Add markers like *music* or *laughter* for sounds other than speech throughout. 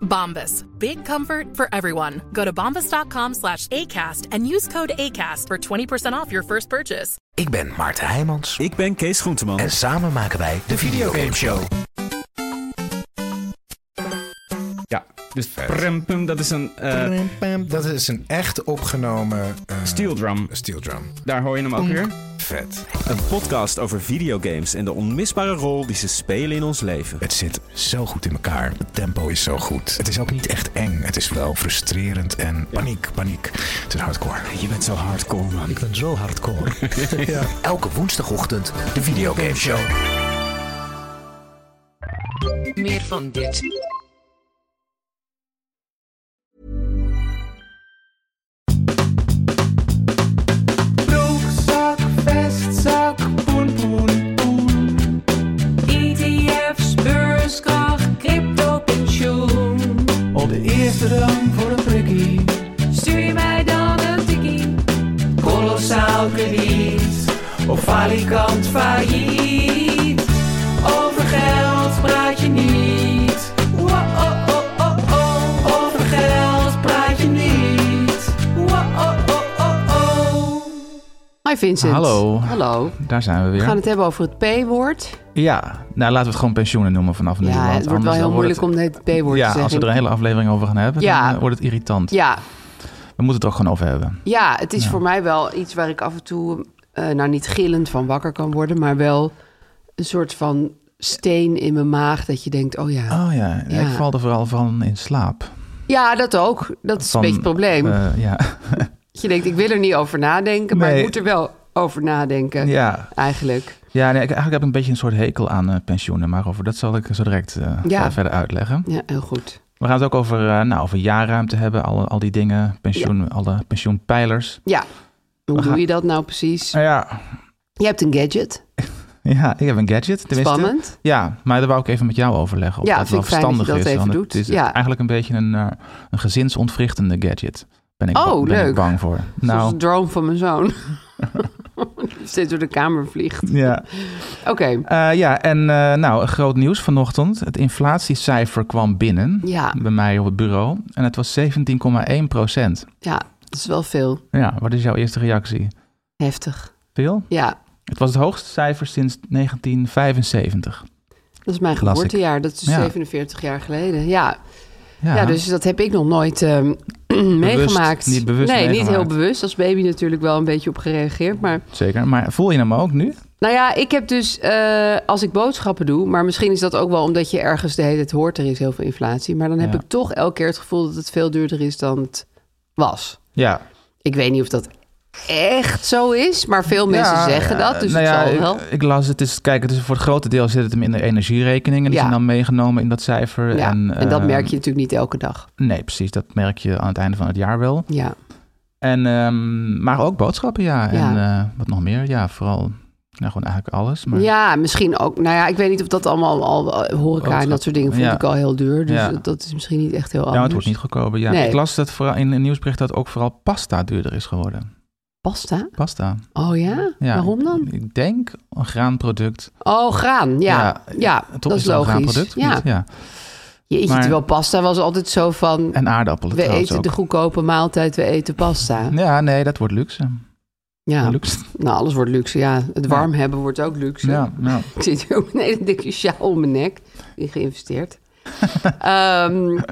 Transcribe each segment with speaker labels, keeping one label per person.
Speaker 1: Bombas. Big comfort for everyone. Go to bombas.com slash ACAST and use code ACAST voor 20% off your first purchase.
Speaker 2: Ik ben Maarten Heijmans.
Speaker 3: Ik ben Kees Groenteman.
Speaker 2: En samen maken wij de Videogame Show.
Speaker 3: Ja, dus prem, pum, dat is een eh,
Speaker 4: Pam, pam. Dat is een echt opgenomen eh,
Speaker 3: steel drum.
Speaker 4: steel drum.
Speaker 3: Daar hoor je hem ook weer.
Speaker 4: Vet.
Speaker 3: Een podcast over videogames en de onmisbare rol die ze spelen in ons leven.
Speaker 4: Het zit zo goed in elkaar. Het tempo is zo goed. Het is ook niet echt eng. Het is wel frustrerend en paniek, paniek. Het is hardcore.
Speaker 3: Je bent zo hardcore, man.
Speaker 4: Ik ben zo hardcore.
Speaker 3: *laughs*
Speaker 4: ja.
Speaker 2: Elke woensdagochtend de Videogame Show.
Speaker 5: Meer van dit.
Speaker 6: Broekzak, vestzak, poen, poen, poen. ETF's, E beurskracht, crypto, pensioen. Op de eerste rang voor een prikkie. Stuur je mij dan een tikkie. Kolossaal krediet. Of falikant failliet. Over geld praat je niet. Wa-oh-oh-oh-oh. Over geld praat je niet. Wa-oh-oh-oh-oh.
Speaker 7: Hi Vincent.
Speaker 8: Hallo.
Speaker 7: Hallo.
Speaker 8: Daar zijn we weer.
Speaker 7: We gaan het hebben over het P-woord.
Speaker 8: Ja, nou laten we het gewoon pensioenen noemen vanaf nu.
Speaker 7: Ja, het
Speaker 8: want
Speaker 7: wordt
Speaker 8: anders
Speaker 7: wel heel
Speaker 8: dan wordt
Speaker 7: moeilijk om het P-woord
Speaker 8: ja,
Speaker 7: te zeggen.
Speaker 8: als we er een hele aflevering over gaan hebben,
Speaker 7: Ja.
Speaker 8: dan eh, wordt het irritant.
Speaker 7: Ja,
Speaker 8: We moeten het er ook gewoon over hebben.
Speaker 7: ja, het is
Speaker 8: Ja.
Speaker 7: voor mij wel iets waar ik af en toe, eh, nou niet gillend van wakker kan worden, maar wel een soort van steen in mijn maag dat je denkt, oh ja.
Speaker 8: Oh ja,
Speaker 7: Ja.
Speaker 8: ik val er vooral van in slaap.
Speaker 7: Ja, dat ook. Dat is
Speaker 8: Van,
Speaker 7: een beetje het probleem.
Speaker 8: eh, ja. *laughs*
Speaker 7: Dat je denkt, ik wil er niet over nadenken, maar ik
Speaker 8: Nee.
Speaker 7: moet er wel over nadenken
Speaker 8: ja,
Speaker 7: eigenlijk.
Speaker 8: ja nee, ik, eigenlijk heb ik een beetje een soort hekel aan eh, pensioenen, maar over dat zal ik zo direct eh,
Speaker 7: Ja.
Speaker 8: wel verder uitleggen.
Speaker 7: Ja, heel goed.
Speaker 8: We gaan het ook over, eh, nou, over jaarruimte hebben, al, al die dingen, pensioen, alle pensioenpijlers.
Speaker 7: Ja, hoe doe
Speaker 8: We gaan-
Speaker 7: je dat nou precies?
Speaker 8: Nou ja,
Speaker 7: Je hebt een gadget.
Speaker 8: ja, ik heb een gadget. tenminste.
Speaker 7: Spannend.
Speaker 8: Ja, maar daar wou ik even met jou overleggen. Of
Speaker 7: Ja,
Speaker 8: dat
Speaker 7: vind
Speaker 8: wel
Speaker 7: ik fijn dat je
Speaker 8: verstandig
Speaker 7: dat
Speaker 8: is.
Speaker 7: even
Speaker 8: want
Speaker 7: doet.
Speaker 8: Het is
Speaker 7: Ja.
Speaker 8: eigenlijk een beetje een, eh, een gezinsontwrichtende gadget. Ben ik,
Speaker 7: Oh,
Speaker 8: ba- ben ik
Speaker 7: leuk.
Speaker 8: bang voor.
Speaker 7: Zoals
Speaker 8: Nou,
Speaker 7: de droom van mijn zoon. *laughs* Die steeds door de kamer vliegt.
Speaker 8: *laughs* ja.
Speaker 7: Oké.
Speaker 8: Eh, ja, en eh, nou, groot nieuws vanochtend. Het inflatiecijfer kwam binnen
Speaker 7: Ja,
Speaker 8: bij mij op het bureau. En het was 17,1 procent.
Speaker 7: ja, dat is wel veel.
Speaker 8: Ja, wat is jouw eerste reactie?
Speaker 7: Heftig.
Speaker 8: Veel?
Speaker 7: Ja,
Speaker 8: Het was het hoogste cijfer sinds 1975.
Speaker 7: dat is mijn
Speaker 8: Las ik.
Speaker 7: geboortejaar. Dat is dus
Speaker 8: Ja.
Speaker 7: 47 jaar geleden. Ja. Ja. dus dat heb ik nog nooit ehm, *clears throat* meegemaakt.
Speaker 8: niet bewust
Speaker 7: Nee, niet heel
Speaker 8: meegemaakt.
Speaker 7: bewust. Als baby natuurlijk wel een beetje op gereageerd. Maar
Speaker 8: Zeker. Maar voel je hem ook nu?
Speaker 7: nou ja, ik heb dus eh, als ik boodschappen doe, maar misschien is dat ook wel omdat je ergens de hele tijd hoort, er is heel veel inflatie. Maar dan heb
Speaker 8: Ja.
Speaker 7: ik toch elke keer het gevoel dat het veel duurder is dan het was.
Speaker 8: Ja.
Speaker 7: Ik weet niet of dat echt zo is, maar veel mensen
Speaker 8: Ja,
Speaker 7: zeggen dat. Dus
Speaker 8: nou
Speaker 7: het
Speaker 8: ja,
Speaker 7: zal wel.
Speaker 8: Ik, ik las het, dus, kijk, het is voor het grote deel zit het hem in de energierekening. En
Speaker 7: Ja.
Speaker 8: die zijn dan meegenomen in dat cijfer.
Speaker 7: Ja, en,
Speaker 8: en,
Speaker 7: dat
Speaker 8: eh,
Speaker 7: merk je natuurlijk niet elke dag.
Speaker 8: Nee, precies. Dat merk je aan het einde van het jaar wel.
Speaker 7: Ja.
Speaker 8: En, ehm, maar ook boodschappen, ja. En
Speaker 7: Ja.
Speaker 8: eh, wat nog meer? Ja, vooral nou, gewoon eigenlijk alles. Maar,
Speaker 7: ja, misschien ook. Nou ja, ik weet niet of dat allemaal al eh, horeca en
Speaker 8: Boodschap.
Speaker 7: dat soort dingen vond
Speaker 8: Ja.
Speaker 7: ik al heel duur. Dus
Speaker 8: Ja.
Speaker 7: dat- dat is misschien niet echt heel
Speaker 8: Ja, maar
Speaker 7: anders.
Speaker 8: het wordt niet goedkoper. Ja.
Speaker 7: Nee.
Speaker 8: Ik las dat vooral in een nieuwsbericht dat ook vooral pasta duurder is geworden.
Speaker 7: Pasta?
Speaker 8: Pasta.
Speaker 7: Oh ja?
Speaker 8: Ja.
Speaker 7: Waarom dan?
Speaker 8: Ik denk een graanproduct.
Speaker 7: Oh, graan. Ja, ja,
Speaker 8: toch
Speaker 7: dat is
Speaker 8: het een
Speaker 7: logisch.
Speaker 8: graanproduct? of
Speaker 7: Ja.
Speaker 8: niet? ja.
Speaker 7: Je
Speaker 8: Maar-
Speaker 7: eet wel pasta was altijd zo van...
Speaker 8: En aardappelen
Speaker 7: we
Speaker 8: trouwens
Speaker 7: eten de
Speaker 8: ook.
Speaker 7: goedkope maaltijd, we eten pasta.
Speaker 8: Ja, nee, dat wordt luxe.
Speaker 7: Ja,
Speaker 8: Luxe.
Speaker 7: nou alles wordt luxe. Ja, het warm hebben wordt ook luxe.
Speaker 8: Ja, ja.
Speaker 7: Ik *laughs* zit hier ook een hele dikke sjaal om mijn nek. In
Speaker 8: *laughs*
Speaker 7: geïnvesteerd. Ehm, ja,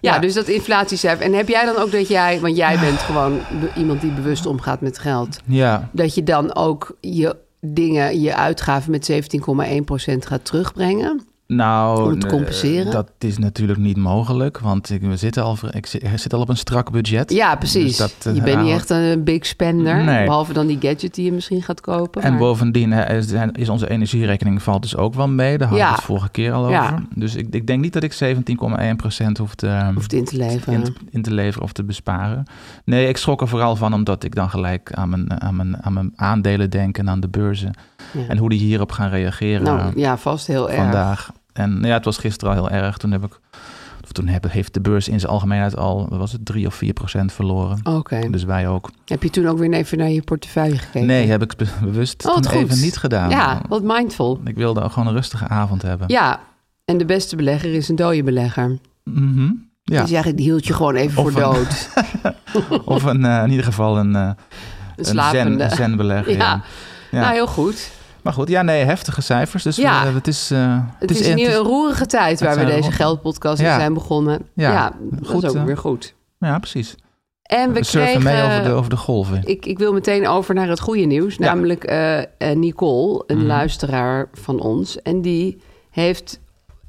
Speaker 8: Ja.
Speaker 7: dus dat inflatiecijfer. En heb jij dan ook dat jij... Want jij bent gewoon be- iemand die bewust omgaat met geld.
Speaker 8: ja.
Speaker 7: Dat je dan ook je dingen, je uitgaven met 17,1% gaat terugbrengen.
Speaker 8: Nou,
Speaker 7: Om het te
Speaker 8: eh,
Speaker 7: compenseren?
Speaker 8: dat is natuurlijk niet mogelijk, want ik, we zitten al, ik zit, ik zit al op een strak budget.
Speaker 7: Ja, precies.
Speaker 8: Dus dat, eh,
Speaker 7: je bent niet echt
Speaker 8: houdt-
Speaker 7: een big spender.
Speaker 8: Nee.
Speaker 7: Behalve dan die gadget die je misschien gaat kopen.
Speaker 8: En
Speaker 7: maar-
Speaker 8: bovendien hè, is, is onze energierekening valt dus ook wel mee. Daar hadden
Speaker 7: Ja.
Speaker 8: we het vorige keer al over.
Speaker 7: Ja.
Speaker 8: Dus ik, ik denk niet dat ik 17,1% hoef te, eh,
Speaker 7: Hoeft in te leveren.
Speaker 8: in, te- in te leveren of te besparen. Nee, ik schrok er vooral van omdat ik dan gelijk aan mijn, aan mijn, aan mijn aandelen denk en aan de beurzen.
Speaker 7: Ja.
Speaker 8: En hoe die hierop gaan reageren
Speaker 7: nou, ja, vast heel
Speaker 8: eh,
Speaker 7: erg.
Speaker 8: vandaag. En nou ja, het was gisteren al heel erg. Toen, heb ik, of toen heb, heeft de beurs in zijn algemeenheid al, wat was het, 3 of 4 procent verloren.
Speaker 7: Oké.
Speaker 8: Dus wij ook.
Speaker 7: Heb je toen ook weer even naar je portefeuille gekeken?
Speaker 8: Nee, heb ik be- bewust
Speaker 7: Oh, wat
Speaker 8: toen
Speaker 7: goed.
Speaker 8: even niet gedaan.
Speaker 7: Ja, wat mindful.
Speaker 8: Ik wilde gewoon een rustige avond hebben.
Speaker 7: Ja, en de beste belegger is een dode belegger.
Speaker 8: Mhm. Ja.
Speaker 7: Dus eigenlijk die hield je gewoon even
Speaker 8: Of
Speaker 7: voor
Speaker 8: een- *laughs*
Speaker 7: dood.
Speaker 8: Of een, eh, in ieder geval een, eh
Speaker 7: Een
Speaker 8: een zen,
Speaker 7: slapende.
Speaker 8: een
Speaker 7: *laughs*
Speaker 8: zenbelegger.
Speaker 7: Ja.
Speaker 8: Ja.
Speaker 7: Nou, heel goed.
Speaker 8: Maar goed, ja, nee, heftige cijfers. Dus
Speaker 7: Ja.
Speaker 8: we- het is... eh,
Speaker 7: Het, is, nu een roerige tijd waar we
Speaker 8: zijn
Speaker 7: deze
Speaker 8: ro-
Speaker 7: geldpodcast in
Speaker 8: Ja.
Speaker 7: zijn begonnen. Ja,
Speaker 8: Ja.
Speaker 7: dat
Speaker 8: Goed,
Speaker 7: is ook
Speaker 8: eh.
Speaker 7: weer goed.
Speaker 8: Ja, precies.
Speaker 7: En we
Speaker 8: We surfen
Speaker 7: kregen...
Speaker 8: mee over de, over de golven.
Speaker 7: Ik, ik wil meteen over naar het goede nieuws.
Speaker 8: Ja. Mhm.
Speaker 7: Namelijk eh, eh, Nicole, een luisteraar van ons. En die heeft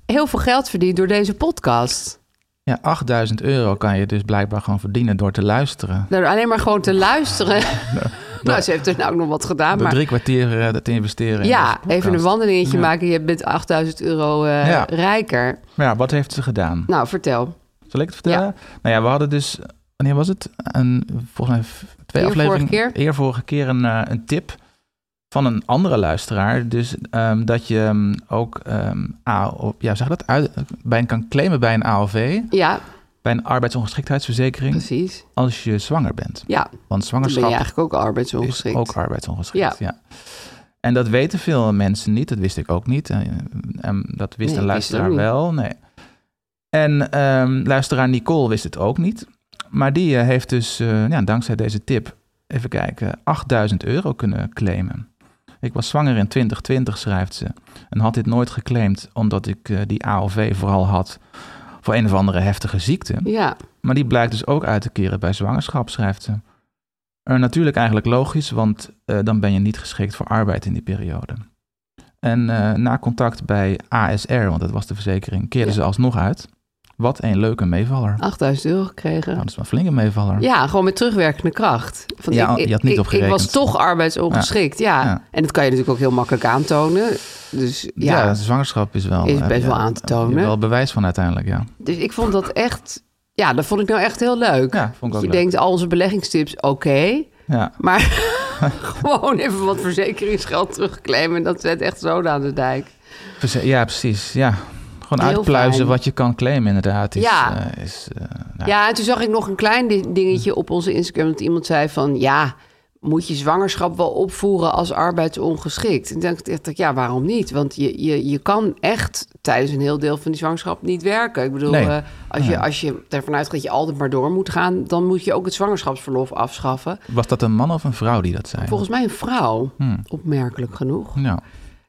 Speaker 7: heel veel geld verdiend door deze podcast.
Speaker 8: Ja, 8000 euro kan je dus blijkbaar gewoon verdienen door te luisteren.
Speaker 7: Door alleen maar gewoon te luisteren. *laughs* nou, ze heeft er nou ook nog wat gedaan.
Speaker 8: Door
Speaker 7: maar
Speaker 8: drie kwartier eh, te investeren in deze
Speaker 7: ja,
Speaker 8: podcast.
Speaker 7: even een wandelingetje
Speaker 8: Ja.
Speaker 7: maken. Je bent 8000 euro eh,
Speaker 8: Ja.
Speaker 7: rijker.
Speaker 8: Maar ja, wat heeft ze gedaan?
Speaker 7: Nou, vertel.
Speaker 8: Zal ik het vertellen? Nou ja, we hadden dus... Wanneer was het? Een, volgens mij v- twee
Speaker 7: Eer vorige
Speaker 8: afleveringen...
Speaker 7: keer.
Speaker 8: Eer vorige keer een, eh, een tip van een andere luisteraar. Dus ehm, dat je ehm, ook... ehm AO, ja, zeg je dat? Uit, bij een, kan claimen bij een AOV.
Speaker 7: Ja,
Speaker 8: Bij een arbeidsongeschiktheidsverzekering.
Speaker 7: precies.
Speaker 8: Als je zwanger bent.
Speaker 7: Ja,
Speaker 8: Want
Speaker 7: dan ben je
Speaker 8: zwangerschap
Speaker 7: eigenlijk ook
Speaker 8: is
Speaker 7: arbeidsongeschikt.
Speaker 8: ook arbeidsongeschikt. Ja. En dat weten veel mensen niet. Dat wist ik ook niet. En, en dat wist
Speaker 7: Nee,
Speaker 8: een
Speaker 7: ik wist het ook
Speaker 8: luisteraar
Speaker 7: niet.
Speaker 8: wel. Nee. En ehm, luisteraar Nicole wist het ook niet. Maar die eh, heeft dus, eh, ja, dankzij deze tip, even kijken, 8000 euro kunnen claimen. Ik was zwanger in 2020, schrijft ze. En had dit nooit geclaimd, omdat ik eh, die AOV vooral had voor een of andere heftige ziekte.
Speaker 7: Ja,
Speaker 8: Maar die blijkt dus ook uit te keren bij zwangerschap, schrijft ze. Eh, natuurlijk eigenlijk logisch, want eh, dan ben je niet geschikt voor arbeid in die periode. En eh, na contact bij ASR, want dat was de verzekering, keerden
Speaker 7: Ja.
Speaker 8: ze alsnog uit. Wat een leuke meevaller.
Speaker 7: 8000 euro gekregen.
Speaker 8: Nou, dat is wel een flinke meevaller.
Speaker 7: Ja, gewoon met terugwerkende kracht. Van,
Speaker 8: Ja, je had niet
Speaker 7: ik,
Speaker 8: op
Speaker 7: Ik
Speaker 8: gerekend.
Speaker 7: was toch arbeidsongeschikt, ja.
Speaker 8: Ja.
Speaker 7: En dat kan je natuurlijk ook heel makkelijk aantonen. Dus ja,
Speaker 8: Ja, zwangerschap is wel...
Speaker 7: Is
Speaker 8: eh,
Speaker 7: best wel
Speaker 8: ja,
Speaker 7: aan te tonen.
Speaker 8: heb je Wel bewijs van uiteindelijk, ja.
Speaker 7: dus ik vond dat echt... Ja, dat vond ik nou echt heel leuk.
Speaker 8: Ja, vond ik ook
Speaker 7: je
Speaker 8: leuk.
Speaker 7: denkt, al onze beleggingstips, oké.
Speaker 8: ja.
Speaker 7: maar *laughs* gewoon even wat verzekeringsgeld terugclaimen. Dat zet echt zoden aan de dijk.
Speaker 8: Verze- Ja, precies. Ja. Gewoon
Speaker 7: Heel
Speaker 8: uitpluizen
Speaker 7: fijn.
Speaker 8: wat je kan claimen inderdaad. Is,
Speaker 7: Ja.
Speaker 8: eh, is, eh, nou,
Speaker 7: Ja, en toen zag ik nog een klein di- dingetje op onze Instagram. Dat iemand zei van, ja, moet je zwangerschap wel opvoeren als arbeidsongeschikt? En toen dacht ik, echt, ja, waarom niet? Want je, je, je kan echt tijdens een heel deel van die zwangerschap niet werken. Ik bedoel,
Speaker 8: Nee.
Speaker 7: eh, als, je,
Speaker 8: Ja.
Speaker 7: als je ervan uitgaat dat je altijd maar door moet gaan... dan moet je ook het zwangerschapsverlof afschaffen.
Speaker 8: Was dat een man of een vrouw die dat zei?
Speaker 7: Volgens mij een vrouw,
Speaker 8: Hmm.
Speaker 7: opmerkelijk genoeg.
Speaker 8: Ja.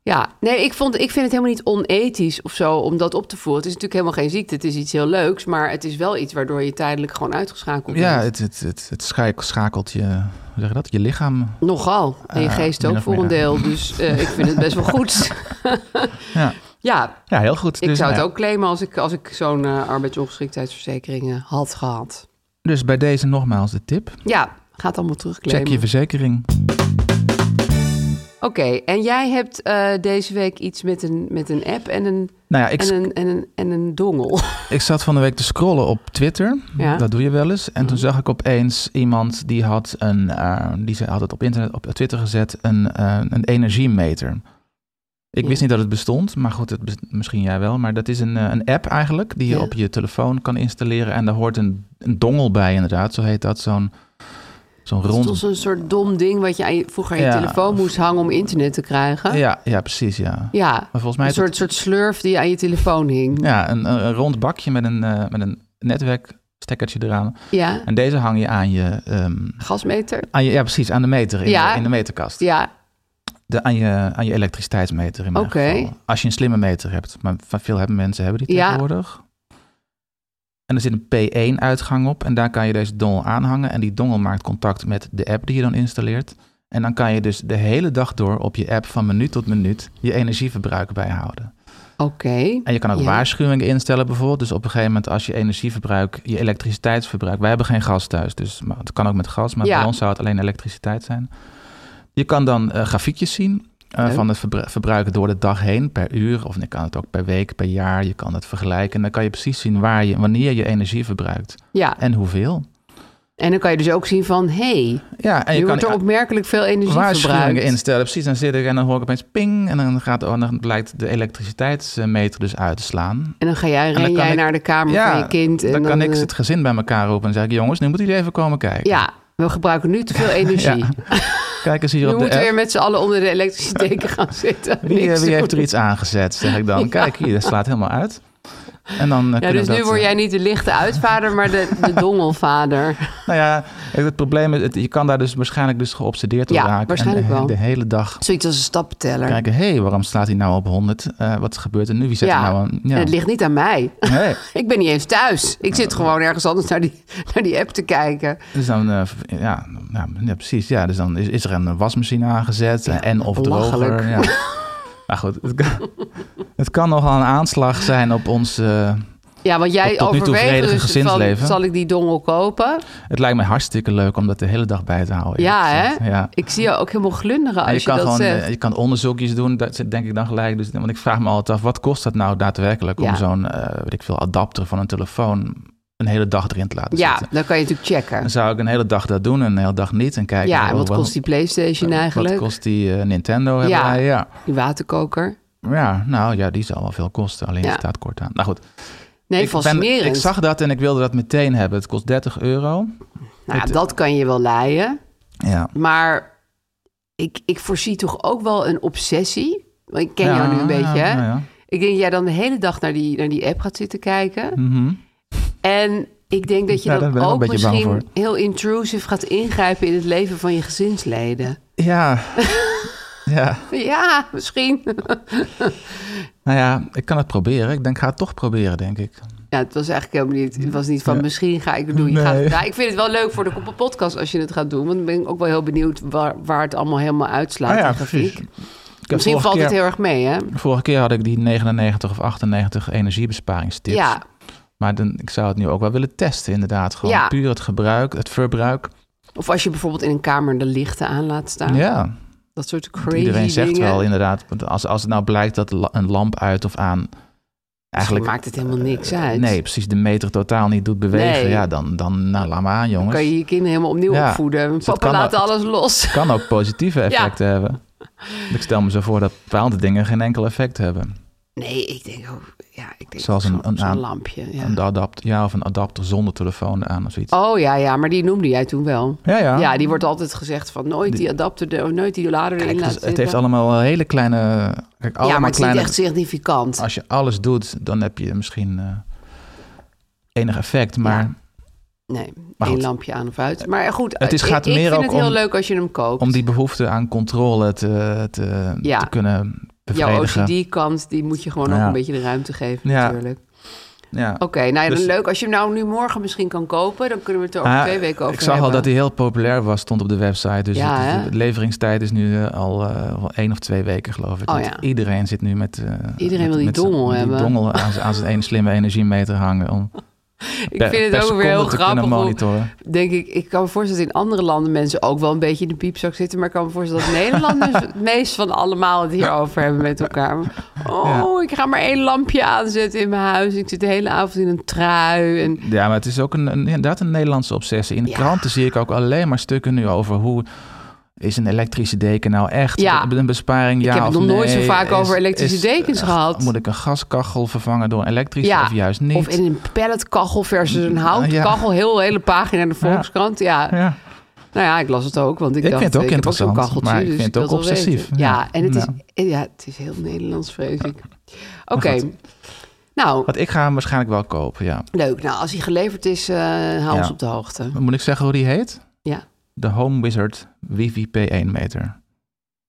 Speaker 7: Ja, nee, ik, vond, ik vind het helemaal niet onethisch of zo om dat op te voeren. Het is natuurlijk helemaal geen ziekte, het is iets heel leuks... maar het is wel iets waardoor je tijdelijk gewoon uitgeschakeld
Speaker 8: Ja,
Speaker 7: bent.
Speaker 8: het, het, het, het schak- schakelt je, hoe zeg je dat? Je lichaam.
Speaker 7: Nogal. En je
Speaker 8: Eh,
Speaker 7: geest
Speaker 8: min
Speaker 7: ook
Speaker 8: of
Speaker 7: voor een
Speaker 8: meer.
Speaker 7: deel. Dus eh, ik vind het
Speaker 8: *laughs*
Speaker 7: best wel goed.
Speaker 8: Ja,
Speaker 7: ja,
Speaker 8: ja heel goed.
Speaker 7: ik
Speaker 8: dus,
Speaker 7: zou het
Speaker 8: nou ja.
Speaker 7: ook claimen als ik, als ik zo'n eh, arbeidsongeschiktheidsverzekering eh, had gehad.
Speaker 8: Dus bij deze nogmaals de tip.
Speaker 7: Ja, gaat allemaal terugclaimen.
Speaker 8: Check je verzekering.
Speaker 7: Oké, en jij hebt eh, deze week iets met een, met een app en een,
Speaker 8: Nou ja, ik,
Speaker 7: en een, en een, en een dongel.
Speaker 8: *laughs* ik zat van de week te scrollen op Twitter.
Speaker 7: Ja. Mhm.
Speaker 8: Dat doe je wel eens. En toen zag ik opeens iemand die had een, eh, die ze- had het op internet, op Twitter gezet, een, eh, een energiemeter. Ik
Speaker 7: Ja.
Speaker 8: wist niet dat het bestond, maar goed, het, bes- misschien jij wel. Maar dat is een, eh, een app eigenlijk die je
Speaker 7: Ja.
Speaker 8: op je telefoon kan installeren. En daar hoort een, een dongel bij inderdaad, zo heet dat. Zo'n zo'n
Speaker 7: Dat is
Speaker 8: rond
Speaker 7: toch zo'n soort dom ding wat je aan je- vroeger aan je
Speaker 8: Ja.
Speaker 7: telefoon moest hangen om internet te krijgen. Ja,
Speaker 8: Ja, ja precies, ja. Maar volgens mij
Speaker 7: een
Speaker 8: is
Speaker 7: soort,
Speaker 8: het-
Speaker 7: soort slurf die je aan je telefoon hing.
Speaker 8: ja, een, een, een rond bakje met een, eh, met een netwerkstekkertje eraan.
Speaker 7: Ja,
Speaker 8: En deze hang je aan je... ehm,
Speaker 7: gasmeter.
Speaker 8: aan je ja, precies, aan de meter in,
Speaker 7: Ja.
Speaker 8: de, in de meterkast.
Speaker 7: Ja,
Speaker 8: De, aan, je, aan je elektriciteitsmeter in mijn
Speaker 7: Oké.
Speaker 8: geval. Als je een slimme meter hebt. Maar van veel hebben mensen hebben die
Speaker 7: Ja.
Speaker 8: tegenwoordig. En er zit een P1-uitgang op. En daar kan je deze dongel aanhangen. En die dongel maakt contact met de app die je dan installeert. En dan kan je dus de hele dag door op je app van minuut tot minuut je energieverbruik bijhouden.
Speaker 7: Oké.
Speaker 8: En je kan ook
Speaker 7: Ja.
Speaker 8: waarschuwingen instellen bijvoorbeeld. Dus op een gegeven moment als je energieverbruik, je elektriciteitsverbruik. Wij hebben geen gas thuis, dus maar het kan ook met gas. Maar
Speaker 7: Ja.
Speaker 8: bij ons zou het alleen elektriciteit zijn. Je kan dan eh, grafiekjes zien eh,
Speaker 7: Leuk.
Speaker 8: van het verbru- verbruik door de dag heen per uur. Of je kan het ook per week, per jaar. Je kan het vergelijken. En dan kan je precies zien waar je, wanneer je energie verbruikt
Speaker 7: Ja,
Speaker 8: en hoeveel.
Speaker 7: en dan kan je dus ook zien van... hey,
Speaker 8: Ja, en
Speaker 7: je,
Speaker 8: je, kan eh,
Speaker 7: wordt er opmerkelijk veel energie verbruikt.
Speaker 8: waarschuwingen instellen. Precies, dan zit ik en dan hoor ik opeens ping. En dan, gaat, oh, dan blijkt de elektriciteitsmeter dus uit te slaan.
Speaker 7: En dan ga jij,
Speaker 8: dan
Speaker 7: ren
Speaker 8: kan
Speaker 7: jij
Speaker 8: ik-
Speaker 7: naar de kamer van je kind. En
Speaker 8: dan, kan ik
Speaker 7: eh,
Speaker 8: het gezin bij elkaar roepen en zeg ik... jongens, nu moeten jullie even komen kijken.
Speaker 7: Ja, we gebruiken nu te veel energie.
Speaker 8: *laughs* Ja. Kijk eens
Speaker 7: We
Speaker 8: hier op de
Speaker 7: moeten
Speaker 8: app.
Speaker 7: weer met z'n allen onder de
Speaker 8: *laughs*
Speaker 7: elektrische deken gaan zitten.
Speaker 8: Wie, eh,
Speaker 7: Niks
Speaker 8: wie heeft
Speaker 7: doen.
Speaker 8: er iets aangezet, zeg ik
Speaker 7: *laughs*
Speaker 8: dan.
Speaker 7: Ja.
Speaker 8: Kijk hier, dat slaat helemaal uit. En dan eh,
Speaker 7: Ja,
Speaker 8: kunnen
Speaker 7: dus
Speaker 8: we
Speaker 7: nu
Speaker 8: dat,
Speaker 7: word
Speaker 8: eh,
Speaker 7: jij niet de lichte uitvader, maar de,
Speaker 8: *laughs*
Speaker 7: de dongelvader.
Speaker 8: Nou ja, het probleem is, het- je kan daar dus waarschijnlijk dus geobsedeerd door
Speaker 7: Ja,
Speaker 8: raken. En,
Speaker 7: waarschijnlijk
Speaker 8: eh,
Speaker 7: wel.
Speaker 8: de hele dag
Speaker 7: Zoiets als een stappenteller.
Speaker 8: kijken... hé, hey, waarom staat hij nou op 100? Eh, wat gebeurt er nu? Wie zet
Speaker 7: ja,
Speaker 8: er nou aan?
Speaker 7: en het ligt niet aan mij. *laughs*
Speaker 8: Nee.
Speaker 7: Ik ben niet eens thuis. Ik zit gewoon ergens anders naar die, *laughs* naar die app te kijken.
Speaker 8: Dus dan, eh, v- ja, ja, ja, precies. Ja, dus dan is, is er een wasmachine aangezet eh, en of
Speaker 7: belachelijk.
Speaker 8: droger.
Speaker 7: *laughs*
Speaker 8: Ja. maar goed, het kan, het kan nogal een aanslag zijn op ons... eh,
Speaker 7: Ja, want jij
Speaker 8: Tot- tot nu toe
Speaker 7: overweegt
Speaker 8: vredige
Speaker 7: dus van,
Speaker 8: gezinsleven.
Speaker 7: zal ik die dongel kopen?
Speaker 8: het lijkt me hartstikke leuk om dat de hele dag bij te houden.
Speaker 7: Ja,
Speaker 8: eerlijk gezegd.
Speaker 7: hè?
Speaker 8: Ja.
Speaker 7: Ik zie jou ook helemaal glunderen
Speaker 8: En
Speaker 7: als
Speaker 8: je,
Speaker 7: je,
Speaker 8: kan
Speaker 7: dat
Speaker 8: gewoon, eh,
Speaker 7: zegt.
Speaker 8: je kan onderzoekjes doen, dat zit denk ik dan gelijk. Dus, want ik vraag me altijd af, wat kost dat nou daadwerkelijk...
Speaker 7: Ja.
Speaker 8: om zo'n, eh, weet ik veel, adapter van een telefoon... een hele dag erin te laten
Speaker 7: ja,
Speaker 8: zitten?
Speaker 7: dan kan je natuurlijk checken.
Speaker 8: Dan zou ik een hele dag dat doen en een hele dag niet. En kijken,
Speaker 7: ja,
Speaker 8: oh,
Speaker 7: en wat
Speaker 8: wel-
Speaker 7: kost die PlayStation eigenlijk?
Speaker 8: Wat kost die eh, Nintendo? Hebben
Speaker 7: Ja.
Speaker 8: wij? ja.
Speaker 7: Die waterkoker?
Speaker 8: Ja, nou ja, die zal wel veel kosten. Alleen
Speaker 7: Ja.
Speaker 8: het staat kort aan. Nou goed,
Speaker 7: Nee,
Speaker 8: ik, ben,
Speaker 7: fascinerend.
Speaker 8: ik zag dat en ik wilde dat meteen hebben. Het kost 30 euro.
Speaker 7: nou, ja,
Speaker 8: het-
Speaker 7: dat kan je wel leien.
Speaker 8: Ja.
Speaker 7: Maar ik, ik voorzie toch ook wel een obsessie. Want ik ken
Speaker 8: Ja,
Speaker 7: jou nu een beetje,
Speaker 8: ja, nou
Speaker 7: hè?
Speaker 8: ja, ja.
Speaker 7: Ik denk dat jij dan de hele dag naar die, naar die app gaat zitten kijken.
Speaker 8: Mhm.
Speaker 7: En ik denk dat je
Speaker 8: Ja,
Speaker 7: dan
Speaker 8: daar ben ik wel
Speaker 7: ook
Speaker 8: een beetje bang
Speaker 7: misschien heel intrusief gaat ingrijpen in het leven van je gezinsleden.
Speaker 8: Ja.
Speaker 7: *laughs*
Speaker 8: ja.
Speaker 7: Ja, misschien.
Speaker 8: Nou ja, ik kan het proberen. Ik denk, ik ga het toch proberen, denk ik.
Speaker 7: Ja, het was eigenlijk helemaal niet. Het was niet van misschien ga ik het doen. Je
Speaker 8: Nee.
Speaker 7: gaat, ja, ik vind het wel leuk voor de kop- podcast als je het gaat doen. Want dan ben ik ook wel heel benieuwd waar, waar het allemaal helemaal uitslaat.
Speaker 8: Nou ja,
Speaker 7: die grafiek.
Speaker 8: precies. Ik heb
Speaker 7: Misschien
Speaker 8: vorige
Speaker 7: valt
Speaker 8: keer,
Speaker 7: het heel erg mee, hè?
Speaker 8: Vorige keer had ik die 99 of 98 energiebesparingstips.
Speaker 7: Ja,
Speaker 8: Maar dan, ik zou het nu ook wel willen testen, inderdaad. Gewoon
Speaker 7: Ja.
Speaker 8: puur het gebruik, het verbruik.
Speaker 7: of als je bijvoorbeeld in een kamer de lichten aan laat staan.
Speaker 8: ja.
Speaker 7: Dat soort crazy
Speaker 8: Want Iedereen zegt
Speaker 7: dingen.
Speaker 8: wel inderdaad, want als, als het nou blijkt dat la- een lamp uit of aan eigenlijk... eh,
Speaker 7: maakt het helemaal niks uit.
Speaker 8: Nee, precies, de meter totaal niet doet bewegen.
Speaker 7: Nee.
Speaker 8: Ja, dan, dan nou, laat maar aan jongens.
Speaker 7: kan je je kinderen helemaal opnieuw
Speaker 8: Ja,
Speaker 7: opvoeden.
Speaker 8: dus dat
Speaker 7: Papa
Speaker 8: kan
Speaker 7: laat
Speaker 8: wel-
Speaker 7: alles los.
Speaker 8: Kan ook
Speaker 7: *laughs*
Speaker 8: positieve effecten hebben. Ik stel me zo voor dat bepaalde dingen geen enkel effect hebben.
Speaker 7: Nee, ik denk ook... Ja, ik denk
Speaker 8: Zoals
Speaker 7: ook
Speaker 8: een-
Speaker 7: zo'n
Speaker 8: een
Speaker 7: zo'n
Speaker 8: aan-
Speaker 7: lampje. Ja.
Speaker 8: Een adapter, ja, of een adapter zonder telefoon aan of zoiets.
Speaker 7: Oh ja, ja, maar die noemde jij toen wel.
Speaker 8: Ja, ja.
Speaker 7: Ja, die wordt altijd gezegd van nooit die adapter, de- nooit die lader erin
Speaker 8: Kijk, het,
Speaker 7: laten
Speaker 8: is- het heeft
Speaker 7: zitten.
Speaker 8: allemaal eh, hele kleine... Kijk, allemaal
Speaker 7: ja, maar het is niet
Speaker 8: kleine, Ah,
Speaker 7: echt significant.
Speaker 8: Als je alles doet, dan heb je misschien eh, enig effect. Maar
Speaker 7: Ja. Nee,
Speaker 8: Maar
Speaker 7: één
Speaker 8: goed.
Speaker 7: lampje aan of uit. Maar goed,
Speaker 8: Het is-
Speaker 7: ik-
Speaker 8: gaat
Speaker 7: ik,
Speaker 8: meer
Speaker 7: vind
Speaker 8: ook
Speaker 7: het heel
Speaker 8: om-
Speaker 7: leuk als je hem koopt.
Speaker 8: om die behoefte aan controle te, te,
Speaker 7: Ja.
Speaker 8: te kunnen
Speaker 7: Jouw
Speaker 8: bevredigen.
Speaker 7: OCD-kant, die moet je gewoon ook
Speaker 8: Ja.
Speaker 7: een beetje de ruimte geven
Speaker 8: Ja.
Speaker 7: natuurlijk.
Speaker 8: Ja.
Speaker 7: Oké, nou ja, dan
Speaker 8: Dus-
Speaker 7: leuk. Als je hem nou nu morgen misschien kan kopen, dan kunnen we het er over
Speaker 8: Ah,
Speaker 7: twee weken over
Speaker 8: ik zag al
Speaker 7: hebben.
Speaker 8: dat hij heel populair was, stond op de website. Dus
Speaker 7: Ja,
Speaker 8: het-
Speaker 7: hè?
Speaker 8: de leveringstijd is nu eh, al eh, wel één of twee weken, geloof ik.
Speaker 7: Oh,
Speaker 8: Want
Speaker 7: ja.
Speaker 8: Iedereen zit nu met... eh,
Speaker 7: Iedereen
Speaker 8: met-
Speaker 7: wil die
Speaker 8: met z'n-
Speaker 7: dongel
Speaker 8: die
Speaker 7: hebben.
Speaker 8: dongel aan, z'n- aan zijn ene
Speaker 7: *laughs*
Speaker 8: slimme energiemeter hangen. Om
Speaker 7: Ik vind het ook weer heel grappig. hoe-
Speaker 8: monitoren.
Speaker 7: denk ik, ik kan me voorstellen dat in andere landen mensen ook wel een beetje in de piepzak zitten. Maar ik kan me voorstellen dat
Speaker 8: *laughs*
Speaker 7: Nederlanders het meest van allemaal het hierover hebben met elkaar. Oh, ik ga maar één lampje aanzetten in mijn huis. Ik zit de hele avond in een trui. En
Speaker 8: Ja, maar het is ook een, een, inderdaad een Nederlandse obsessie. In de
Speaker 7: Ja.
Speaker 8: kranten zie ik ook alleen maar stukken nu over hoe... Is een elektrische deken nou echt
Speaker 7: Ja.
Speaker 8: be- een besparing? Ja,
Speaker 7: heb het
Speaker 8: of
Speaker 7: nog nooit zo
Speaker 8: nee?
Speaker 7: vaak
Speaker 8: Is-
Speaker 7: over elektrische
Speaker 8: is-
Speaker 7: dekens
Speaker 8: eh,
Speaker 7: gehad.
Speaker 8: Moet ik een gaskachel vervangen door een elektrische
Speaker 7: ja,
Speaker 8: of juist niet?
Speaker 7: Of in een pelletkachel versus een houtkachel.
Speaker 8: Ja.
Speaker 7: Heel hele pagina in de Volkskrant. Ja.
Speaker 8: Ja.
Speaker 7: Nou ja, ik las het ook, want ik,
Speaker 8: Ik
Speaker 7: dacht,
Speaker 8: vind het ook
Speaker 7: ik heb zo'n
Speaker 8: interessant,
Speaker 7: kacheltje,
Speaker 8: maar ik
Speaker 7: dus
Speaker 8: vind het
Speaker 7: wil
Speaker 8: ook
Speaker 7: wel
Speaker 8: obsessief.
Speaker 7: weten. Ja,
Speaker 8: Ja.
Speaker 7: en het,
Speaker 8: Nou.
Speaker 7: is, ja, het is heel Nederlands, vrees ik. Oké, nou,
Speaker 8: Want ik ga hem waarschijnlijk wel kopen, ja.
Speaker 7: Leuk. Nou, als hij geleverd is, eh hou
Speaker 8: Ja.
Speaker 7: ons op de hoogte.
Speaker 8: Moet ik zeggen hoe die heet?
Speaker 7: Ja.
Speaker 8: De Home Wizard WVP1 meter.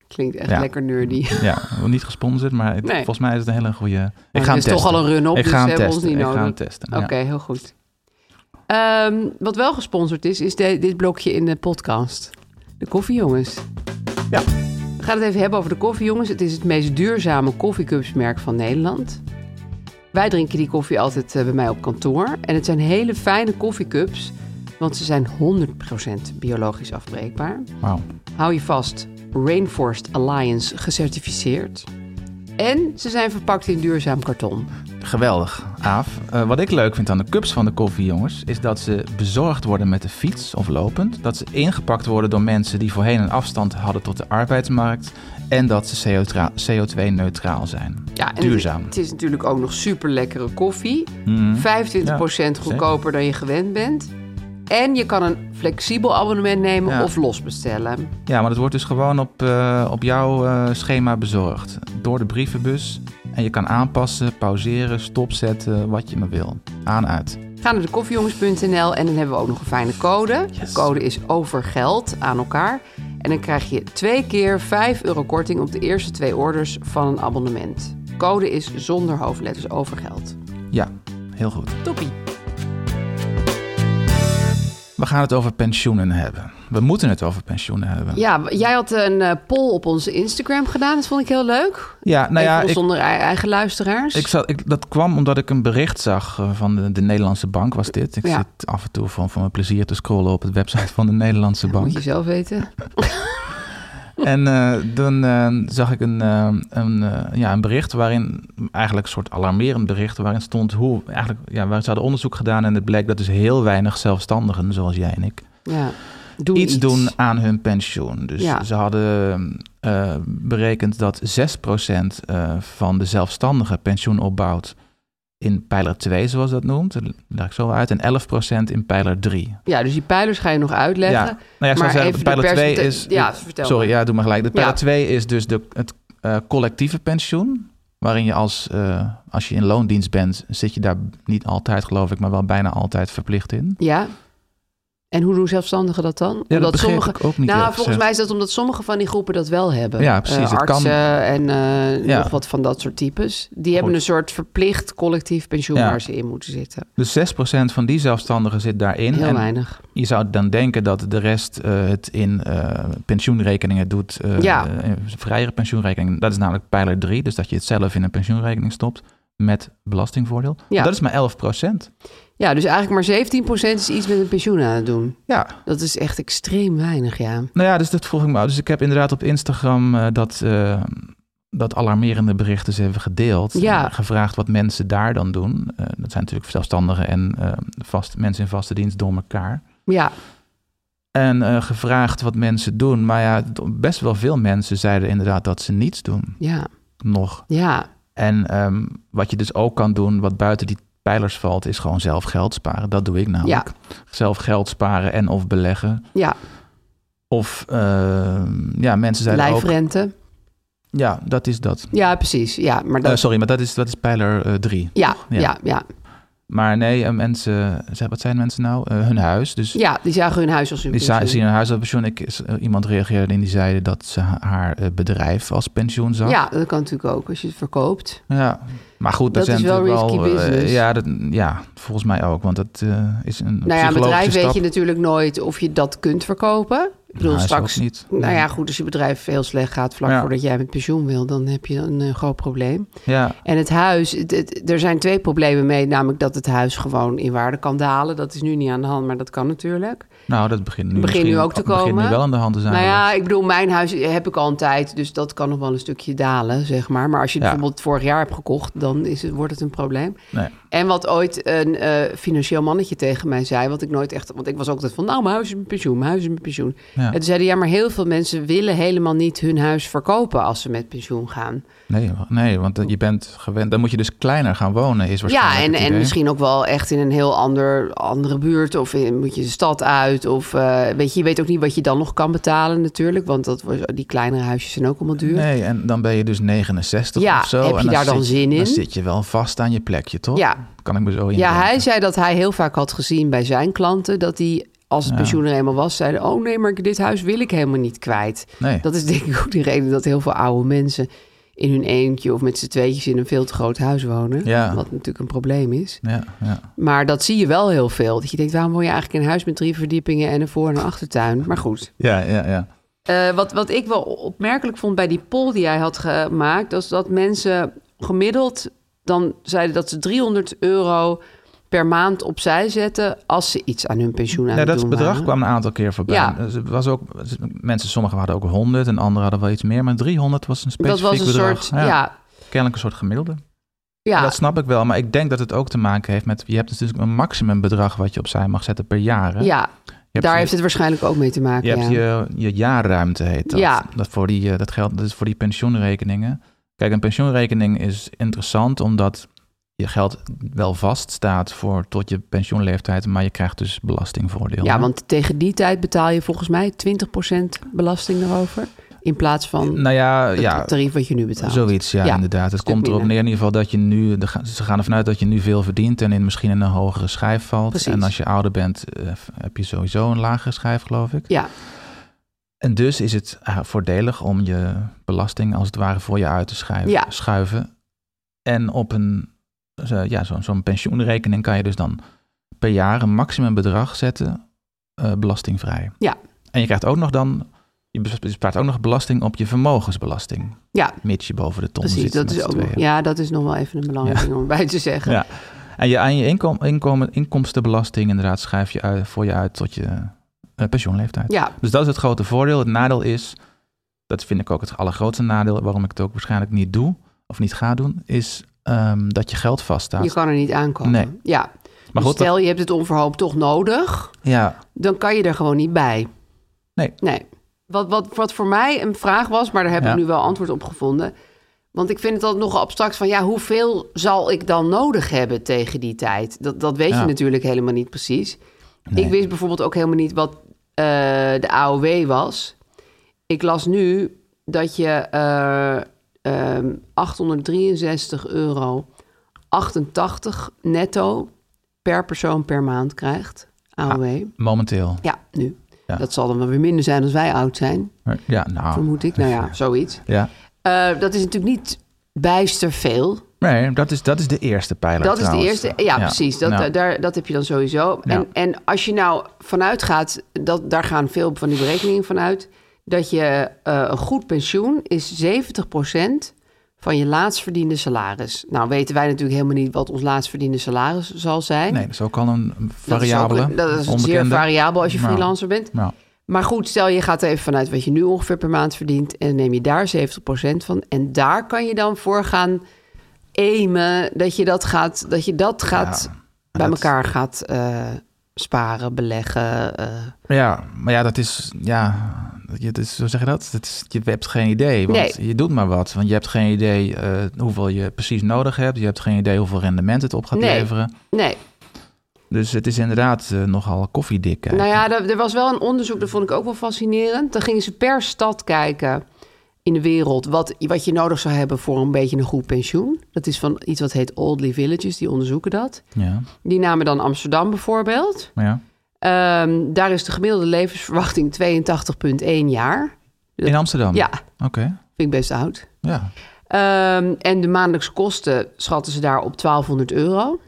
Speaker 7: Klinkt echt
Speaker 8: Ja.
Speaker 7: lekker nerdy.
Speaker 8: Ja, niet gesponsord, maar het-
Speaker 7: Nee.
Speaker 8: volgens mij is het een hele goede... Ik
Speaker 7: er
Speaker 8: ga hem
Speaker 7: is toch
Speaker 8: testen.
Speaker 7: al een run op,
Speaker 8: ik
Speaker 7: dus
Speaker 8: ga hem
Speaker 7: hebben we ons
Speaker 8: testen.
Speaker 7: niet
Speaker 8: ik ga hem
Speaker 7: nodig.
Speaker 8: testen.
Speaker 7: Oké,
Speaker 8: ja.
Speaker 7: heel goed. Ehm, wat wel gesponsord is, is de- dit blokje in de podcast. De koffie, jongens.
Speaker 8: Ja.
Speaker 7: Oké, We gaan het even hebben over de koffie, jongens. Het is het meest duurzame koffiecupsmerk van Nederland. Wij drinken die koffie altijd eh, bij mij op kantoor. En het zijn hele fijne koffiecups, want ze zijn 100% biologisch afbreekbaar.
Speaker 8: Wauw.
Speaker 7: Hou je vast, Rainforest Alliance gecertificeerd. En ze zijn verpakt in duurzaam karton.
Speaker 8: Geweldig, Aaf. Eh, wat ik leuk vind aan de cups van de koffie, jongens, is dat ze bezorgd worden met de fiets of lopend. Dat ze ingepakt worden door mensen die voorheen een afstand hadden tot de arbeidsmarkt. En dat ze CO2-neutraal zijn.
Speaker 7: Ja, en
Speaker 8: Duurzaam.
Speaker 7: Het, het is natuurlijk ook nog super lekkere koffie.
Speaker 8: Mhm.
Speaker 7: 25% goedkoper dan je gewend bent. En je kan een flexibel abonnement nemen
Speaker 8: Ja.
Speaker 7: of los bestellen.
Speaker 8: Ja, maar het wordt dus gewoon op, eh, op jouw eh, schema bezorgd. Door de brievenbus. En je kan aanpassen, pauzeren, stopzetten, wat je maar wil. Aan, uit.
Speaker 7: Ga naar de koffiejongens.nl en dan hebben we ook nog een fijne code. De code is overgeld aan elkaar. En dan krijg je twee keer 5 euro korting op de eerste twee orders van een abonnement. Code is zonder hoofdletters overgeld.
Speaker 8: Ja, heel goed.
Speaker 7: Toppie.
Speaker 8: We gaan het over pensioenen hebben. We moeten het over pensioenen hebben.
Speaker 7: Ja, jij had een eh, poll op onze Instagram gedaan. Dat vond ik heel leuk.
Speaker 8: Ja, nou ja,
Speaker 7: Even
Speaker 8: ik,
Speaker 7: zonder ei- eigen luisteraars.
Speaker 8: ik zat, ik, dat kwam omdat ik een bericht zag eh, van de, de Nederlandse Bank, was dit. Ik
Speaker 7: Ja.
Speaker 8: zit af en toe van, van mijn plezier te scrollen op het website van de Nederlandse Bank.
Speaker 7: Moet je zelf weten.
Speaker 8: En eh, dan eh, zag ik een, eh, een, eh, ja, een bericht waarin, eigenlijk een soort alarmerend bericht, waarin stond hoe, eigenlijk, ja, waar ze hadden onderzoek gedaan en het bleek dat dus heel weinig zelfstandigen, zoals jij en ik,
Speaker 7: Ja. Doe
Speaker 8: iets, doen aan hun pensioen. Dus
Speaker 7: Ja.
Speaker 8: ze hadden eh, berekend dat 6% eh, van de zelfstandigen pensioen opbouwt in pijler 2, zoals dat noemt. Dat leg ik zo wel uit. En 11% in pijler 3.
Speaker 7: Ja, dus die pijlers ga je nog uitleggen.
Speaker 8: Ja. Nou ja, ik zou
Speaker 7: maar
Speaker 8: zeggen,
Speaker 7: even
Speaker 8: pijler
Speaker 7: de
Speaker 8: 2
Speaker 7: percenta-
Speaker 8: is...
Speaker 7: Ja, vertel
Speaker 8: Sorry,
Speaker 7: maar.
Speaker 8: ja, doe maar gelijk. De
Speaker 7: Ja.
Speaker 8: pijler 2 is dus de, het eh, collectieve pensioen. Waarin je als, eh, als je in loondienst bent, zit je daar niet altijd, geloof ik, maar wel bijna altijd verplicht in.
Speaker 7: Ja. En hoe doen zelfstandigen dat dan?
Speaker 8: Ja, dat
Speaker 7: omdat
Speaker 8: begreep
Speaker 7: sommige...
Speaker 8: ik ook niet.
Speaker 7: nou,
Speaker 8: eerlijk
Speaker 7: volgens mij is dat omdat sommige van die groepen dat wel hebben.
Speaker 8: Ja, precies,
Speaker 7: Eh,
Speaker 8: dat kan.
Speaker 7: artsen en eh,
Speaker 8: Ja.
Speaker 7: nog wat van dat soort types. Die hebben een soort verplicht collectief pensioen
Speaker 8: Ja.
Speaker 7: waar ze in moeten zitten.
Speaker 8: Dus 6% van die zelfstandigen zit daarin.
Speaker 7: Heel
Speaker 8: en
Speaker 7: weinig.
Speaker 8: je zou dan denken dat de rest eh, het in eh, pensioenrekeningen doet. eh
Speaker 7: Ja.
Speaker 8: eh, vrijere pensioenrekening. Dat is namelijk pijler 3. Dus dat je het zelf in een pensioenrekening stopt met belastingvoordeel.
Speaker 7: Ja.
Speaker 8: Dat is maar 11%.
Speaker 7: Ja, dus eigenlijk maar 17% is iets met een pensioen aan het doen.
Speaker 8: Ja.
Speaker 7: Dat is echt extreem weinig, ja.
Speaker 8: Nou ja, dus dat vroeg ik me af. Dus ik heb inderdaad op Instagram eh, dat, eh, dat alarmerende bericht eens even gedeeld.
Speaker 7: Ja.
Speaker 8: En gevraagd wat mensen daar dan doen. Eh, dat zijn natuurlijk zelfstandigen en eh, vast, mensen in vaste dienst door elkaar.
Speaker 7: Ja,
Speaker 8: En eh, gevraagd wat mensen doen. Maar ja, t- best wel veel mensen zeiden inderdaad dat ze niets doen.
Speaker 7: ja,
Speaker 8: Nog.
Speaker 7: ja.
Speaker 8: En ehm, wat je dus ook kan doen, wat buiten die pijlers valt, is gewoon zelf geld sparen. Dat doe ik namelijk. Zelf geld sparen en of beleggen.
Speaker 7: Ja,
Speaker 8: Of ehm, ja, mensen zeiden ook.
Speaker 7: lijfrente.
Speaker 8: Ja, dat is dat.
Speaker 7: Ja, precies. Ja, maar dat...
Speaker 8: Eh, sorry, maar dat is, dat is pijler 3.
Speaker 7: ja,
Speaker 8: ja.
Speaker 7: ja, ja, ja.
Speaker 8: maar nee, eh, mensen, ze- wat zijn mensen nou? Eh, hun huis. Dus
Speaker 7: die zagen hun huis als hun
Speaker 8: Die za-
Speaker 7: pensioen.
Speaker 8: zien een huis als pensioen. Ik, is- eh, iemand reageerde en die zeiden dat ze ha- haar eh, bedrijf als pensioen zag.
Speaker 7: Ja, dat kan natuurlijk ook als je het verkoopt.
Speaker 8: Ja, maar goed,
Speaker 7: Dat
Speaker 8: dat, zijn
Speaker 7: is wel
Speaker 8: natuurlijk
Speaker 7: risky
Speaker 8: eh,
Speaker 7: business.
Speaker 8: ja, dat, ja, volgens mij ook, want dat eh, is een
Speaker 7: Nou ja, een
Speaker 8: psychologische
Speaker 7: bedrijf
Speaker 8: stap.
Speaker 7: weet je natuurlijk nooit of je dat kunt verkopen. Ik bedoel,
Speaker 8: Nou, is
Speaker 7: straks.
Speaker 8: ook niet.
Speaker 7: Nou ja, goed, als je bedrijf heel slecht gaat vlak
Speaker 8: Ja.
Speaker 7: voordat jij met pensioen wil, dan heb je een eh, groot probleem.
Speaker 8: Ja,
Speaker 7: En het huis, het- het- er zijn twee problemen mee, namelijk dat het huis gewoon in waarde kan dalen. Dat is nu niet aan de hand, maar dat kan natuurlijk.
Speaker 8: nou dat begint nu,
Speaker 7: Begint nu
Speaker 8: misschien-
Speaker 7: ook te
Speaker 8: Begint nu
Speaker 7: komen.
Speaker 8: wel aan de hand te zijn.
Speaker 7: nou
Speaker 8: hoor.
Speaker 7: ja, ik bedoel, mijn huis heb ik al een tijd, dus dat kan nog wel een stukje dalen, zeg maar. Maar als je
Speaker 8: Ja.
Speaker 7: bijvoorbeeld vorig jaar hebt gekocht, dan is het, wordt het een probleem.
Speaker 8: Nee.
Speaker 7: En wat ooit een eh, financieel mannetje tegen mij zei, wat ik nooit echt, want ik was ook altijd van, nou, mijn huis is mijn pensioen, mijn huis is mijn pensioen.
Speaker 8: Ja.
Speaker 7: En toen zeiden ja, maar heel veel mensen willen helemaal niet hun huis verkopen als ze met pensioen gaan.
Speaker 8: Nee, wa- nee, want eh, je bent gewend. Dan moet je dus kleiner gaan wonen, is waarschijnlijk.
Speaker 7: Ja, en,
Speaker 8: het
Speaker 7: en
Speaker 8: idee.
Speaker 7: misschien ook wel echt in een heel ander, andere buurt. Of in, moet je de stad uit. Of eh, weet je, je weet ook niet wat je dan nog kan betalen natuurlijk. Want dat, wordt- die kleinere huisjes zijn ook allemaal duur.
Speaker 8: Nee, en dan ben je dus 69
Speaker 7: Ja,
Speaker 8: of zo.
Speaker 7: heb je
Speaker 8: en
Speaker 7: daar dan
Speaker 8: zit je-
Speaker 7: zin in?
Speaker 8: Dan zit je wel vast aan je plekje, toch?
Speaker 7: Ja.
Speaker 8: Kan ik me zo in.
Speaker 7: Ja, hij zei dat hij heel vaak had gezien bij zijn klanten... dat die, als het pensioen er eenmaal was, zeiden... oh nee, maar dit huis wil ik helemaal niet kwijt.
Speaker 8: Nee.
Speaker 7: Dat is denk ik ook de reden dat heel veel oude mensen... in hun eentje of met z'n tweetjes in een veel te groot huis wonen.
Speaker 8: Ja.
Speaker 7: Wat natuurlijk een probleem is.
Speaker 8: Ja, ja.
Speaker 7: Maar dat zie je wel heel veel. Dat je denkt, waarom woon je eigenlijk in een huis met drie verdiepingen en een voor- en een achtertuin? Maar goed.
Speaker 8: ja, ja, ja.
Speaker 7: Eh, Eh, wat, wat ik wel opmerkelijk vond bij die poll die hij had gemaakt, was dat mensen gemiddeld dan zeiden dat ze 300 euro per maand opzij zetten als ze iets aan hun pensioen aan
Speaker 8: Ja,
Speaker 7: het
Speaker 8: dat
Speaker 7: doen
Speaker 8: bedrag
Speaker 7: waren.
Speaker 8: kwam een aantal keer voorbij.
Speaker 7: Ja.
Speaker 8: Dus het was ook, mensen, sommigen hadden ook 100 en anderen hadden wel iets meer. Maar 300 was een
Speaker 7: Dat
Speaker 8: specifiek
Speaker 7: was een
Speaker 8: bedrag.
Speaker 7: soort, ja, ja,
Speaker 8: Kennelijk een soort gemiddelde. Dat snap ik wel, maar ik denk dat het ook te maken heeft met... Je hebt natuurlijk een maximumbedrag wat je opzij mag zetten per jaar. hè? Je
Speaker 7: ja,
Speaker 8: hebt
Speaker 7: daar
Speaker 8: je-
Speaker 7: heeft het waarschijnlijk ook mee te maken.
Speaker 8: Je hebt
Speaker 7: ja.
Speaker 8: je, je jaarruimte, heet dat.
Speaker 7: Ja.
Speaker 8: Dat, voor die, eh, dat geldt dat is voor die pensioenrekeningen. Kijk, een pensioenrekening is interessant omdat je geld wel vaststaat voor tot je pensioenleeftijd, maar je krijgt dus belastingvoordeel.
Speaker 7: ja,
Speaker 8: hè?
Speaker 7: want tegen die tijd betaal je volgens mij 20% belasting erover. In plaats van
Speaker 8: nou ja,
Speaker 7: het
Speaker 8: ja,
Speaker 7: tarief wat je nu betaalt.
Speaker 8: Zoiets, ja,
Speaker 7: Ja,
Speaker 8: inderdaad. Het
Speaker 7: stuk
Speaker 8: komt erop neer
Speaker 7: minder.
Speaker 8: in ieder geval dat je nu... de ga- Ze gaan ervan uit dat je nu veel verdient en in misschien in een hogere schijf valt.
Speaker 7: Precies.
Speaker 8: En als je ouder bent eh, f- heb je sowieso een lagere schijf, geloof ik.
Speaker 7: Ja,
Speaker 8: En dus is het eh, voordelig om je belasting als het ware voor je uit te schrijven,
Speaker 7: Ja.
Speaker 8: schuiven. En op een zo- ja, zo- zo'n pensioenrekening kan je dus dan per jaar een maximum bedrag zetten eh, belastingvrij.
Speaker 7: Ja.
Speaker 8: En je krijgt ook nog dan, je bes- bespaart ook nog belasting op je vermogensbelasting.
Speaker 7: Ja.
Speaker 8: Mits je boven de ton
Speaker 7: precies.
Speaker 8: zit.
Speaker 7: Dat
Speaker 8: met
Speaker 7: is,
Speaker 8: z'n
Speaker 7: ook, nog-
Speaker 8: tweeën.
Speaker 7: ja, dat is nog wel even een belangrijk
Speaker 8: Ja.
Speaker 7: ding om bij te zeggen.
Speaker 8: Ja. En je, aan je inkom, inkomen, inkomstenbelasting inderdaad schrijf je uit, voor je uit tot je eh, pensioenleeftijd.
Speaker 7: Ja,
Speaker 8: Dus dat is het grote voordeel. Het nadeel is, dat vind ik ook het allergrootste nadeel, waarom ik het ook waarschijnlijk niet doe of niet ga doen, is ehm, dat je geld vaststaat.
Speaker 7: je kan er niet aankomen.
Speaker 8: Nee.
Speaker 7: Ja.
Speaker 8: maar
Speaker 7: Dus
Speaker 8: goed,
Speaker 7: stel je hebt het onverhoopt toch nodig,
Speaker 8: dat- ja,
Speaker 7: dan kan je er gewoon niet bij.
Speaker 8: Nee.
Speaker 7: Nee. Wat, wat, wat voor mij een vraag was, maar daar heb
Speaker 8: Ja.
Speaker 7: ik nu wel antwoord op gevonden. Want ik vind het altijd nogal abstract van, ja, hoeveel zal ik dan nodig hebben tegen die tijd? Dat, dat weet
Speaker 8: Ja.
Speaker 7: je natuurlijk helemaal niet precies.
Speaker 8: Nee.
Speaker 7: Ik wist bijvoorbeeld ook helemaal niet wat eh, de AOW was. Ik las nu dat je eh, ehm, 863 euro 88 netto per persoon per maand krijgt. AOW.
Speaker 8: momenteel.
Speaker 7: Ja, nu.
Speaker 8: Ah. Ja.
Speaker 7: Dat zal dan wel weer minder zijn als wij oud zijn,
Speaker 8: Maar- Ja, nou.
Speaker 7: vermoed ik. Nou ja, zoiets.
Speaker 8: Ja.
Speaker 7: Eh, dat is natuurlijk niet bijster veel.
Speaker 8: Nee, dat is, dat is de eerste pijler.
Speaker 7: Dat is de
Speaker 8: trouwens.
Speaker 7: eerste. Ja, precies. Dat, eh,
Speaker 8: Nou,
Speaker 7: daar, dat heb je dan sowieso.
Speaker 8: Ja.
Speaker 7: En, en als je nou vanuit gaat, dat, daar gaan veel van die berekeningen vanuit, dat je eh, een goed pensioen is 70% van je laatst verdiende salaris. Nou weten wij natuurlijk helemaal niet wat ons laatst verdiende salaris zal zijn.
Speaker 8: Nee, dat is ook al een
Speaker 7: Dat is ook-
Speaker 8: variabele.
Speaker 7: Dat is, zeer
Speaker 8: onbekende. Nou,
Speaker 7: variabel als je
Speaker 8: Ja.
Speaker 7: freelancer bent.
Speaker 8: Ja.
Speaker 7: Maar goed, stel je gaat er even vanuit wat je nu ongeveer per maand verdient en neem je daar 70% van. En daar kan je dan voor gaan emen dat je dat gaat, dat je dat gaat
Speaker 8: Ja,
Speaker 7: bij
Speaker 8: dat-
Speaker 7: elkaar gaat eh, sparen, beleggen. eh.
Speaker 8: Ja, maar ja, dat is, ja, je, dus, hoe zeg je dat? dat is, je hebt geen idee, want
Speaker 7: Nee.
Speaker 8: je doet maar wat. Want je hebt geen idee eh, hoeveel je precies nodig hebt. Je hebt geen idee hoeveel rendement het op gaat
Speaker 7: Nee.
Speaker 8: leveren.
Speaker 7: Nee,
Speaker 8: Dus het is inderdaad eh, nogal koffiedik kijken.
Speaker 7: nou ja, er, er was wel een onderzoek, dat vond ik ook wel fascinerend. Dan gingen ze per stad kijken in de wereld wat, wat je nodig zou hebben voor een beetje een goed pensioen. Dat is van iets wat heet Oldly Villages, die onderzoeken dat.
Speaker 8: ja.
Speaker 7: Die namen dan Amsterdam bijvoorbeeld.
Speaker 8: Maar ja.
Speaker 7: Ehm, daar is de gemiddelde levensverwachting 82,1 jaar.
Speaker 8: In Amsterdam?
Speaker 7: Ja,
Speaker 8: Oké,
Speaker 7: vind ik best oud.
Speaker 8: ja.
Speaker 7: Ehm, en de maandelijkse kosten schatten ze daar op 1200 euro.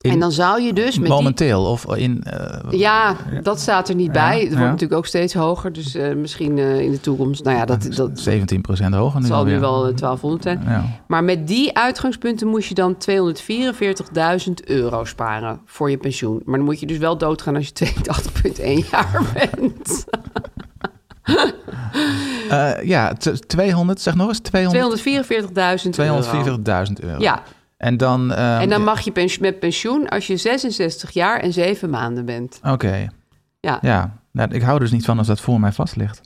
Speaker 8: In-
Speaker 7: en dan zou je dus met
Speaker 8: Momenteel of in... eh,
Speaker 7: die... Ja, dat staat er niet bij. Het wordt
Speaker 8: ja.
Speaker 7: natuurlijk ook steeds hoger. Dus eh, misschien eh, in de toekomst... Nou ja, dat, dat
Speaker 8: 17% hoger nu
Speaker 7: zal nu
Speaker 8: alweer.
Speaker 7: wel eh, 1200 zijn.
Speaker 8: Ja.
Speaker 7: Maar met die uitgangspunten moest je dan 244.000 euro sparen voor je pensioen. Maar dan moet je dus wel doodgaan als je 82,1 *laughs* jaar bent.
Speaker 8: Eh, ja, t- 200, zeg nog eens, 200,
Speaker 7: 244.000 euro.
Speaker 8: 244.000 euro.
Speaker 7: Ja,
Speaker 8: En dan... ehm,
Speaker 7: en dan mag je pens- met pensioen als je 66 jaar en 7 maanden bent.
Speaker 8: Oké,
Speaker 7: Ja.
Speaker 8: ja. Nou, ik hou dus niet van als dat voor mij vast ligt.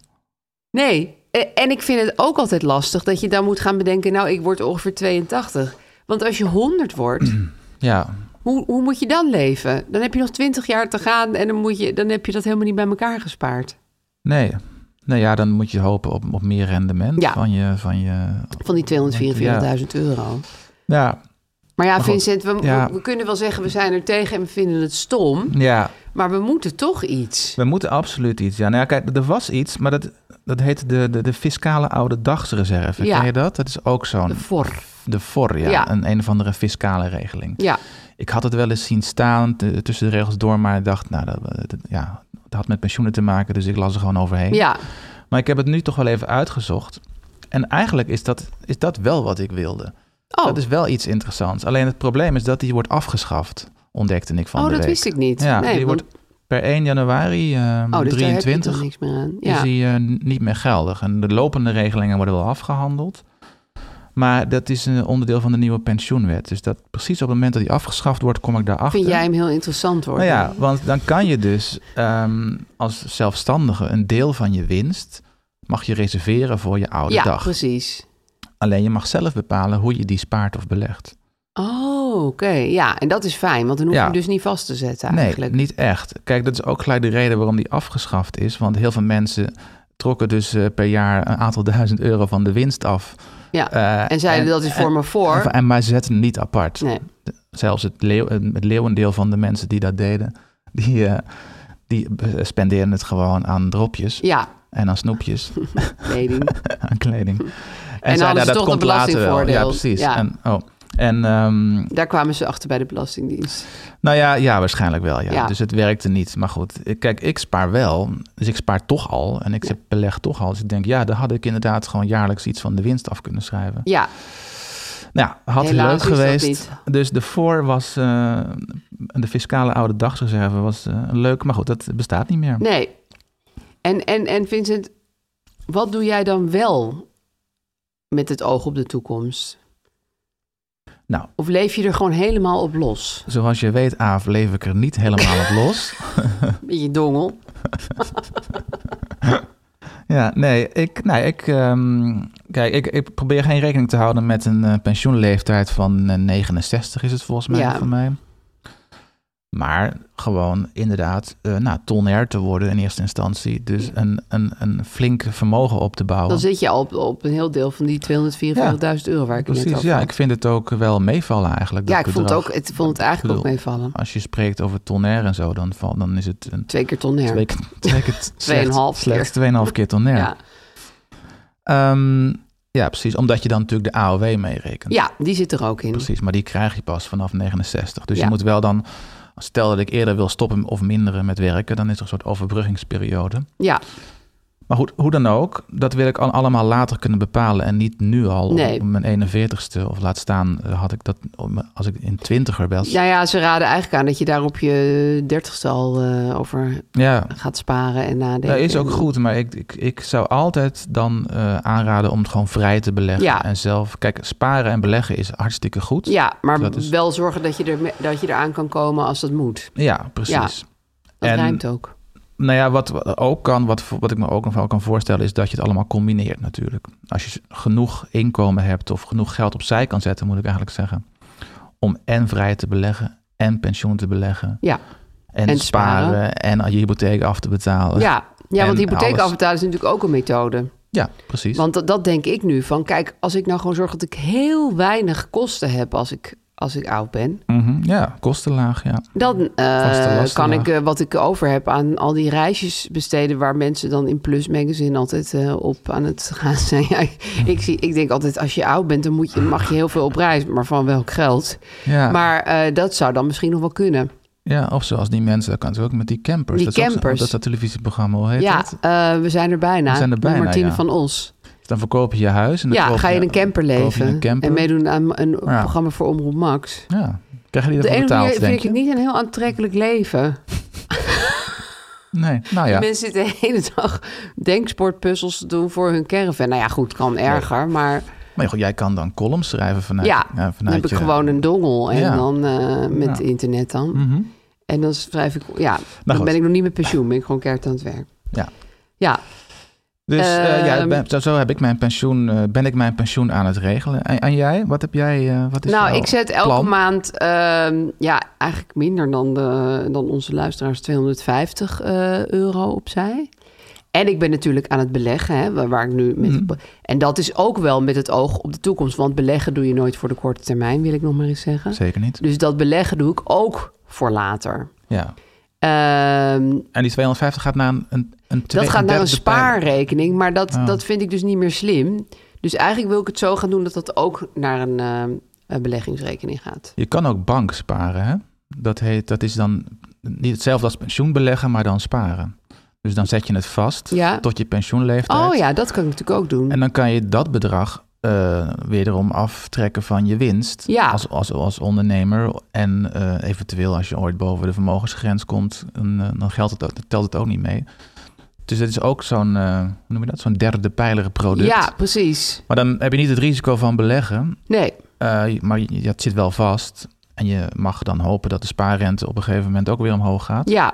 Speaker 7: Nee, e- en ik vind het ook altijd lastig dat je dan moet gaan bedenken... nou, ik word ongeveer 82. Want als je 100 wordt,
Speaker 8: Ja,
Speaker 7: hoe, hoe moet je dan leven? Dan heb je nog 20 jaar te gaan en dan, moet je, dan heb je dat helemaal niet bij elkaar gespaard.
Speaker 8: nee. Nou ja, dan moet je hopen op, op meer rendement
Speaker 7: Ja.
Speaker 8: van je... Van je
Speaker 7: Van die 244.000 euro.
Speaker 8: ja,
Speaker 7: Maar ja,
Speaker 8: Maar goed,
Speaker 7: Vincent, we, we-
Speaker 8: ja.
Speaker 7: we kunnen wel zeggen we zijn er tegen en we vinden het stom...
Speaker 8: ja,
Speaker 7: maar we moeten toch iets.
Speaker 8: we moeten absoluut iets. Ja, nou ja, kijk, er was iets, maar dat, dat heet de, de, de fiscale oude dagsreserve.
Speaker 7: Ja.
Speaker 8: Ken je dat? Dat is ook zo'n...
Speaker 7: De vor.
Speaker 8: De FOR, ja.
Speaker 7: Ja.
Speaker 8: Een, een of andere fiscale regeling.
Speaker 7: Ja,
Speaker 8: Ik had het wel eens zien staan t- tussen eh, de regels door, maar ik dacht, nou, dat, dat- ja, het had met pensioenen te maken, dus ik las er gewoon overheen.
Speaker 7: ja.
Speaker 8: Maar ik heb het nu toch wel even uitgezocht. En eigenlijk is dat, is dat wel wat ik wilde.
Speaker 7: Oh.
Speaker 8: Dat is wel iets interessants. Alleen het probleem is dat die wordt afgeschaft, ontdekte ik van
Speaker 7: Oh,
Speaker 8: de
Speaker 7: dat
Speaker 8: week.
Speaker 7: wist ik niet.
Speaker 8: Ja,
Speaker 7: Nee,
Speaker 8: die
Speaker 7: want-
Speaker 8: wordt per 1 januari eh,
Speaker 7: Oh, dus daar heb je
Speaker 8: 23
Speaker 7: toch niks meer aan.
Speaker 8: is
Speaker 7: Ja.
Speaker 8: die eh, niet meer geldig. En de lopende regelingen worden wel afgehandeld. Maar dat is een onderdeel van de nieuwe pensioenwet. Dus dat precies op het moment dat die afgeschaft wordt, kom ik daarachter.
Speaker 7: Vind jij hem heel interessant worden?
Speaker 8: Nou ja, want dan kan je dus ehm, als zelfstandige een deel van je winst mag je reserveren voor je oude
Speaker 7: ja,
Speaker 8: dag.
Speaker 7: precies.
Speaker 8: Alleen je mag zelf bepalen hoe je die spaart of belegt.
Speaker 7: Oh, oké. Ja, en dat is fijn, want dan hoef je
Speaker 8: Ja.
Speaker 7: hem dus niet vast te zetten
Speaker 8: nee,
Speaker 7: eigenlijk.
Speaker 8: niet echt. Kijk, dat is ook gelijk de reden waarom die afgeschaft is. Want heel veel mensen trokken dus eh, per jaar een aantal *laughs* duizend euro van de winst af.
Speaker 7: Ja.
Speaker 8: Eh,
Speaker 7: en zeiden dat is voor me voor.
Speaker 8: En, en maar zetten hem niet apart.
Speaker 7: Nee.
Speaker 8: Zelfs het, leeuw, het leeuwendeel van de mensen die dat deden, die, eh, die spenderen het gewoon aan dropjes
Speaker 7: Ja,
Speaker 8: en aan
Speaker 7: *laughs*
Speaker 8: snoepjes.
Speaker 7: kleding.
Speaker 8: aan kleding. En,
Speaker 7: dan
Speaker 8: zeiden,
Speaker 7: hadden ze
Speaker 8: dat
Speaker 7: toch
Speaker 8: komt
Speaker 7: dat
Speaker 8: later wel. Ja,
Speaker 7: belastingvoordeel.
Speaker 8: precies.
Speaker 7: Ja.
Speaker 8: En, oh. en ehm,
Speaker 7: Daar kwamen ze achter bij de Belastingdienst.
Speaker 8: nou ja, ja waarschijnlijk wel. Ja.
Speaker 7: Ja.
Speaker 8: Dus het werkte niet. Maar goed, ik- kijk, ik spaar wel. Dus ik spaar toch al. En ik
Speaker 7: Ja.
Speaker 8: beleg toch al. Dus ik denk, ja, daar had ik inderdaad gewoon jaarlijks iets van de winst af kunnen schrijven.
Speaker 7: Ja,
Speaker 8: Nou, had
Speaker 7: Helaas
Speaker 8: leuk
Speaker 7: is dat
Speaker 8: geweest.
Speaker 7: niet.
Speaker 8: Dus de voor was eh, de fiscale oude dagsreserve was eh, leuk. Maar goed, dat bestaat niet meer.
Speaker 7: nee. En, en, en Vincent, wat doe jij dan wel met het oog op de toekomst?
Speaker 8: Nou,
Speaker 7: Of leef je er gewoon helemaal op los?
Speaker 8: zoals je weet, Aaf, leef ik er niet helemaal op
Speaker 7: *laughs*
Speaker 8: los.
Speaker 7: Beetje dongel.
Speaker 8: Oh. Ja, nee, ik, nee, ik, ehm, kijk, ik, ik probeer geen rekening te houden met een eh, pensioenleeftijd van eh, 69 is het volgens mij
Speaker 7: Ja.
Speaker 8: voor mij. Maar gewoon inderdaad, eh nou, tonair te worden in eerste instantie. Dus een, een, een flink vermogen op te bouwen.
Speaker 7: Dan zit je al op, op een heel deel van die 244.000 euro waar ik het net
Speaker 8: Precies,
Speaker 7: over
Speaker 8: ja.
Speaker 7: had.
Speaker 8: Ik vind het ook wel meevallen eigenlijk.
Speaker 7: Ja,
Speaker 8: dat
Speaker 7: ik vond het,
Speaker 8: bedrag.
Speaker 7: ook, het, vond het eigenlijk
Speaker 8: Ik
Speaker 7: ook
Speaker 8: bedoel,
Speaker 7: meevallen.
Speaker 8: Als je spreekt over tonair en zo, dan, val- dan is het een
Speaker 7: Twee keer tonner.
Speaker 8: twee, keer- *laughs* twee keer
Speaker 7: *laughs* Tweeënhalf
Speaker 8: slechts, slechts 2,5 keer tonair.
Speaker 7: ja.
Speaker 8: Ehm, ja, precies. Omdat je dan natuurlijk de AOW meerekent.
Speaker 7: ja, die zit er ook in.
Speaker 8: Precies, maar die krijg je pas vanaf 69. Dus
Speaker 7: Hmm. Ja.
Speaker 8: je moet wel dan... Stel dat ik eerder wil stoppen of minderen met werken... dan is er een soort overbruggingsperiode.
Speaker 7: Ja,
Speaker 8: Maar goed, hoe dan ook, dat wil ik al allemaal later kunnen bepalen... en niet nu al
Speaker 7: Nee.
Speaker 8: op mijn 41ste. Of laat staan, eh, had ik dat op mijn- als ik in 20er was.
Speaker 7: nou ja, ze raden eigenlijk aan dat je daar op je dertigste al eh, over
Speaker 8: ja.
Speaker 7: gaat sparen en nadenken.
Speaker 8: Dat is ook goed, maar ik, ik, ik zou altijd dan eh, aanraden om het gewoon vrij te beleggen.
Speaker 7: Ja.
Speaker 8: En zelf, kijk, sparen en beleggen is hartstikke goed.
Speaker 7: Ja, maar
Speaker 8: Dat is-
Speaker 7: wel zorgen dat je, er, dat je eraan kan komen als dat moet.
Speaker 8: Ja, precies.
Speaker 7: Dat
Speaker 8: En-
Speaker 7: ruimt ook.
Speaker 8: Nou ja, wat, wat ook kan, wat, wat ik me ook nog wel kan voorstellen, is dat je het allemaal combineert natuurlijk. Als je genoeg inkomen hebt of genoeg geld opzij kan zetten, moet ik eigenlijk zeggen. Om en vrij te beleggen en pensioen te beleggen.
Speaker 7: Ja.
Speaker 8: En,
Speaker 7: En
Speaker 8: te sparen, en je hypotheek af te betalen.
Speaker 7: Ja, ja
Speaker 8: En
Speaker 7: want hypotheekafbetaling
Speaker 8: alles.
Speaker 7: is natuurlijk ook een methode.
Speaker 8: Ja, precies.
Speaker 7: Want dat, dat denk ik nu van, kijk, als ik nou gewoon zorg dat ik heel weinig kosten heb als ik, als ik oud ben,
Speaker 8: Mhm, ja, kostenlaag, ja.
Speaker 7: dan eh,
Speaker 8: Vaste lasten
Speaker 7: kan
Speaker 8: laag.
Speaker 7: ik eh, wat ik over heb aan al die reisjes besteden waar mensen dan in Plus Magazine altijd eh, op aan het gaan *laughs* zijn. Ja, ik, zie, ik denk altijd, als je oud bent, dan moet je, mag je heel veel op reis, maar van welk geld?
Speaker 8: ja.
Speaker 7: Maar eh, dat zou dan misschien nog wel kunnen.
Speaker 8: Ja, of zoals die mensen, dat kan natuurlijk ook met die campers.
Speaker 7: Die
Speaker 8: dat is ook zo-
Speaker 7: campers.
Speaker 8: dat is dat televisieprogramma, hoe heet
Speaker 7: ja,
Speaker 8: dat?
Speaker 7: eh, we zijn er bijna.
Speaker 8: We zijn er
Speaker 7: Met
Speaker 8: bijna,
Speaker 7: Martine
Speaker 8: ja.
Speaker 7: van Os.
Speaker 8: Dan verkoop je je huis. En dan
Speaker 7: Ja,
Speaker 8: koop
Speaker 7: ga je in een camper
Speaker 8: koop je
Speaker 7: leven.
Speaker 8: een camper.
Speaker 7: En meedoen aan een
Speaker 8: Ja.
Speaker 7: programma voor Omroep Max.
Speaker 8: Ja, krijg je die
Speaker 7: Op de
Speaker 8: ervoor
Speaker 7: ene
Speaker 8: betaald,
Speaker 7: manier
Speaker 8: denk
Speaker 7: vind ik
Speaker 8: je?
Speaker 7: het niet een heel aantrekkelijk leven.
Speaker 8: Nee, nou Ah, ja.
Speaker 7: Mensen zitten de hele dag denksportpuzzels te doen voor hun caravan. Nou ja, goed, kan erger, maar
Speaker 8: Maar goed, jij kan dan columns schrijven vanuit,
Speaker 7: ja,
Speaker 8: ja, vanuit
Speaker 7: dan heb ik
Speaker 8: je-
Speaker 7: gewoon een dongel en
Speaker 8: Ja.
Speaker 7: dan eh, met
Speaker 8: Ja.
Speaker 7: internet dan.
Speaker 8: Mhm.
Speaker 7: En dan schrijf ik, ja, dan
Speaker 8: goed.
Speaker 7: ben ik nog niet met pensioen, ben ik gewoon keihard aan het werk.
Speaker 8: Ja.
Speaker 7: Ja,
Speaker 8: Dus eh, ja,
Speaker 7: Ehm.
Speaker 8: ben- zo, zo heb ik mijn pensioen, eh, ben ik mijn pensioen aan het regelen. En, en jij? Wat heb jij? eh, wat is
Speaker 7: nou,
Speaker 8: jouw
Speaker 7: ik zet elke
Speaker 8: plan?
Speaker 7: maand, ehm, ja, eigenlijk minder dan, de, dan onze luisteraars, 250 eh, euro opzij. En ik ben natuurlijk aan het beleggen, hè, waar, waar ik nu met.
Speaker 8: Mm.
Speaker 7: En dat is ook wel met het oog op de toekomst, want beleggen doe je nooit voor de korte termijn, wil ik nog maar eens zeggen.
Speaker 8: Zeker niet.
Speaker 7: Dus dat beleggen doe ik ook voor later.
Speaker 8: Ja.
Speaker 7: Ehm,
Speaker 8: En die 250 gaat naar een, een, een
Speaker 7: dat gaat naar een
Speaker 8: 32e pijler.
Speaker 7: spaarrekening, maar dat,
Speaker 8: Ah.
Speaker 7: dat vind ik dus niet meer slim. Dus eigenlijk wil ik het zo gaan doen dat dat ook naar een ehm, een beleggingsrekening gaat.
Speaker 8: Je kan ook bank sparen, hè? Dat, heet, dat is dan niet hetzelfde als pensioen beleggen, maar dan sparen. Dus dan zet je het vast
Speaker 7: Ja.
Speaker 8: tot je pensioenleeftijd.
Speaker 7: Oh ja, dat kan ik natuurlijk ook doen.
Speaker 8: En dan kan je dat bedrag eh wederom aftrekken van je winst
Speaker 7: Ja.
Speaker 8: als, als, als ondernemer. En eh, eventueel als je ooit boven de vermogensgrens komt, dan, eh, dan geldt het, ook- telt het ook niet mee. Dus het is ook zo'n, eh, hoe noem je dat, zo'n derde pijler product.
Speaker 7: Ja, precies.
Speaker 8: Maar dan heb je niet het risico van beleggen,
Speaker 7: Nee,
Speaker 8: eh, maar je- dat zit wel vast. En je mag dan hopen dat de spaarrente op een gegeven moment ook weer omhoog gaat.
Speaker 7: ja.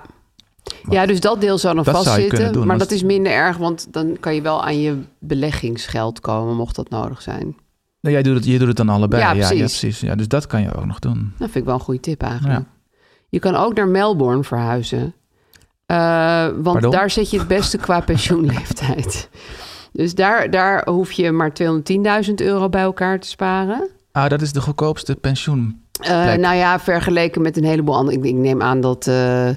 Speaker 7: Ja, dus dat deel zou nog
Speaker 8: Dat zou je kunnen
Speaker 7: vastzitten.
Speaker 8: doen,
Speaker 7: maar
Speaker 8: want-
Speaker 7: dat is minder erg, want dan kan je wel aan je beleggingsgeld komen, mocht dat nodig zijn.
Speaker 8: Nou, jij doet het, je doet het dan allebei.
Speaker 7: Ja,
Speaker 8: Ja, ja,
Speaker 7: precies.
Speaker 8: precies. Ja, dus dat kan je ook nog doen.
Speaker 7: Dat vind ik wel een goede tip eigenlijk. Je kan ook naar Melbourne verhuizen. Eh, want
Speaker 8: Pardon?
Speaker 7: daar zit je het beste qua pensioenleeftijd. *laughs* Dus daar, daar hoef je maar 210.000 euro bij elkaar te sparen.
Speaker 8: Ah, dat is de goedkoopste pensioen
Speaker 7: Eh,
Speaker 8: Plek.
Speaker 7: nou ja, vergeleken met een heleboel andere. Ik, ik neem aan dat eh,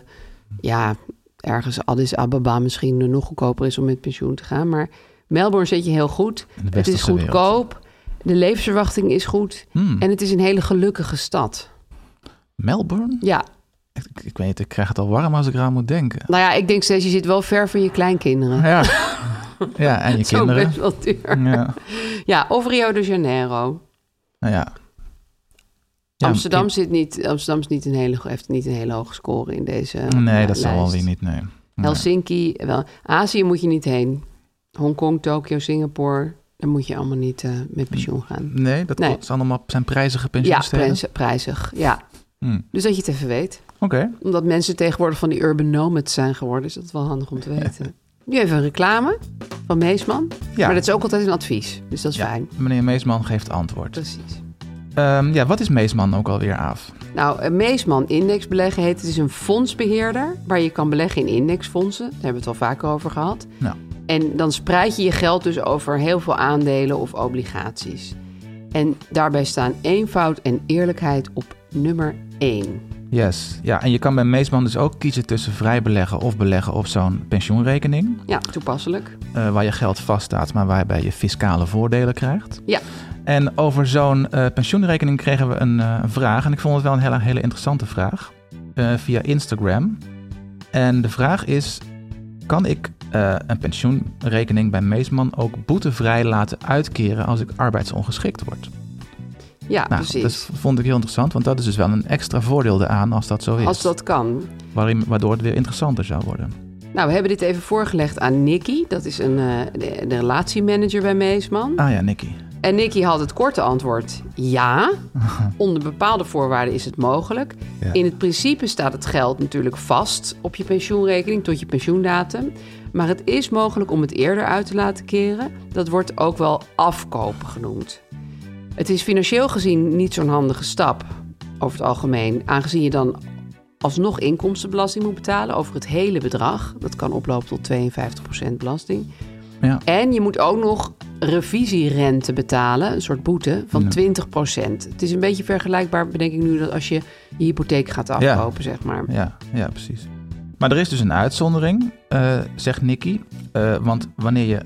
Speaker 7: ja, ergens Addis Ababa misschien nog goedkoper is om met pensioen te gaan. Maar Melbourne zit je heel goed.
Speaker 8: de
Speaker 7: Het is
Speaker 8: westerse wereld. Hmm.
Speaker 7: goedkoop. De levensverwachting is goed. En het is een hele gelukkige stad.
Speaker 8: Melbourne?
Speaker 7: Ja,
Speaker 8: Ik, ik- ik weet het, ik krijg het al warm als ik eraan moet denken.
Speaker 7: nou ja, ik denk steeds, je zit wel ver van je kleinkinderen.
Speaker 8: Ja, ja en je
Speaker 7: *laughs* Zo
Speaker 8: kinderen.
Speaker 7: best wel duur.
Speaker 8: Ja.
Speaker 7: Ja, of Rio de Janeiro.
Speaker 8: Nou ja. Ja,
Speaker 7: Amsterdam, zit niet, Amsterdam is niet een hele, heeft niet een hele hoge score in deze
Speaker 8: ik- nee,
Speaker 7: eh,
Speaker 8: dat zal wel
Speaker 7: lijst.
Speaker 8: weer niet, nee. Nee.
Speaker 7: Helsinki, wel. Azië moet je niet heen. Hongkong, Tokio, Singapore. Daar moet je allemaal niet eh,
Speaker 8: Hm.
Speaker 7: met pensioen gaan.
Speaker 8: Nee, dat
Speaker 7: Nee.
Speaker 8: klopt. zijn allemaal zijn prijzige
Speaker 7: Ja,
Speaker 8: pensioensteden.
Speaker 7: prijs- prijzig. Ja.
Speaker 8: Hmm.
Speaker 7: Dus dat je het even weet.
Speaker 8: Oké.
Speaker 7: Omdat mensen tegenwoordig van die urban nomads zijn geworden, is dat wel handig om te weten. Nu even een reclame van Meesman.
Speaker 8: Ja.
Speaker 7: Maar dat is ook altijd een advies. Dus dat is
Speaker 8: Ja,
Speaker 7: fijn.
Speaker 8: Meneer Meesman geeft antwoord.
Speaker 7: Precies.
Speaker 8: Ehm, ja, wat is Meesman ook alweer af?
Speaker 7: Nou, eh, Meesman indexbeleggen heet. Het is een fondsbeheerder waar je kan beleggen in indexfondsen. Daar hebben we het al vaker over gehad.
Speaker 8: Nou.
Speaker 7: En dan spreid je je geld dus over heel veel aandelen of obligaties. En daarbij staan eenvoud en eerlijkheid op nummer één.
Speaker 8: Yes. Ja, en je kan bij Meesman dus ook kiezen tussen vrij beleggen of beleggen op zo'n pensioenrekening.
Speaker 7: Ja, toepasselijk.
Speaker 8: eh, waar je geld vaststaat, maar waarbij je fiscale voordelen krijgt.
Speaker 7: Ja.
Speaker 8: En over zo'n eh, pensioenrekening kregen we een eh, vraag. En ik vond het wel een hele, hele interessante vraag. eh, via Instagram. En de vraag is: kan ik eh, een pensioenrekening bij Meesman ook boetevrij laten uitkeren als ik arbeidsongeschikt word?
Speaker 7: Ja,
Speaker 8: Nou,
Speaker 7: precies.
Speaker 8: dat vond ik heel interessant, want dat is dus wel een extra voordeel eraan als dat zo is.
Speaker 7: Als dat kan.
Speaker 8: Waarin- waardoor het weer interessanter zou worden.
Speaker 7: Nou, we hebben dit even voorgelegd aan Nicky. Dat is een, eh, de, de relatiemanager bij Meesman.
Speaker 8: Ah ja, Nicky.
Speaker 7: En Nicky had het korte antwoord ja. Onder bepaalde voorwaarden is het mogelijk.
Speaker 8: Ja.
Speaker 7: In het principe staat het geld natuurlijk vast op je pensioenrekening tot je pensioendatum. Maar het is mogelijk om het eerder uit te laten keren. Dat wordt ook wel afkopen genoemd. Het is financieel gezien niet zo'n handige stap over het algemeen, aangezien je dan alsnog inkomstenbelasting moet betalen over het hele bedrag. Dat kan oplopen tot 52% belasting.
Speaker 8: Ja.
Speaker 7: En je moet ook nog revisierente betalen, een soort boete van 20%. Het is een beetje vergelijkbaar, bedenk ik nu, dat als je je hypotheek gaat afkopen, zeg maar.
Speaker 8: Ja, ja, precies. Maar er is dus een uitzondering, eh, zegt Nicky. Eh, want wanneer je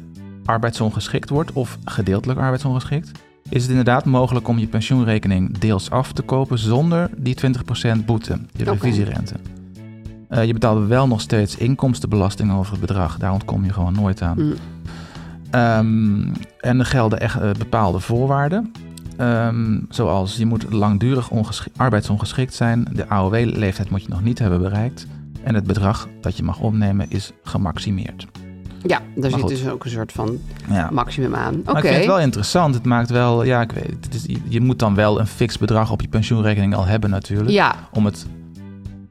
Speaker 8: arbeidsongeschikt wordt of gedeeltelijk arbeidsongeschikt, is het inderdaad mogelijk om je pensioenrekening deels af te kopen zonder die 20% boete, je
Speaker 7: Oké.
Speaker 8: revisierente. Eh, je betaalt wel nog steeds inkomstenbelasting over het bedrag. Daar ontkom je gewoon nooit aan.
Speaker 7: Mm.
Speaker 8: Ehm, en er gelden echt eh, bepaalde voorwaarden. Ehm, zoals je moet langdurig ongeschi- arbeidsongeschikt zijn, de AOW-leeftijd moet je nog niet hebben bereikt en het bedrag dat je mag opnemen is gemaximeerd.
Speaker 7: Ja, daar zit
Speaker 8: goed.
Speaker 7: dus ook een soort van
Speaker 8: Ja.
Speaker 7: maximum aan. Oké,
Speaker 8: Maar ik vind het wel interessant. Het maakt wel, ja, ik weet, het is, je- je moet dan wel een fix bedrag op je pensioenrekening al hebben natuurlijk.
Speaker 7: ja.
Speaker 8: Om het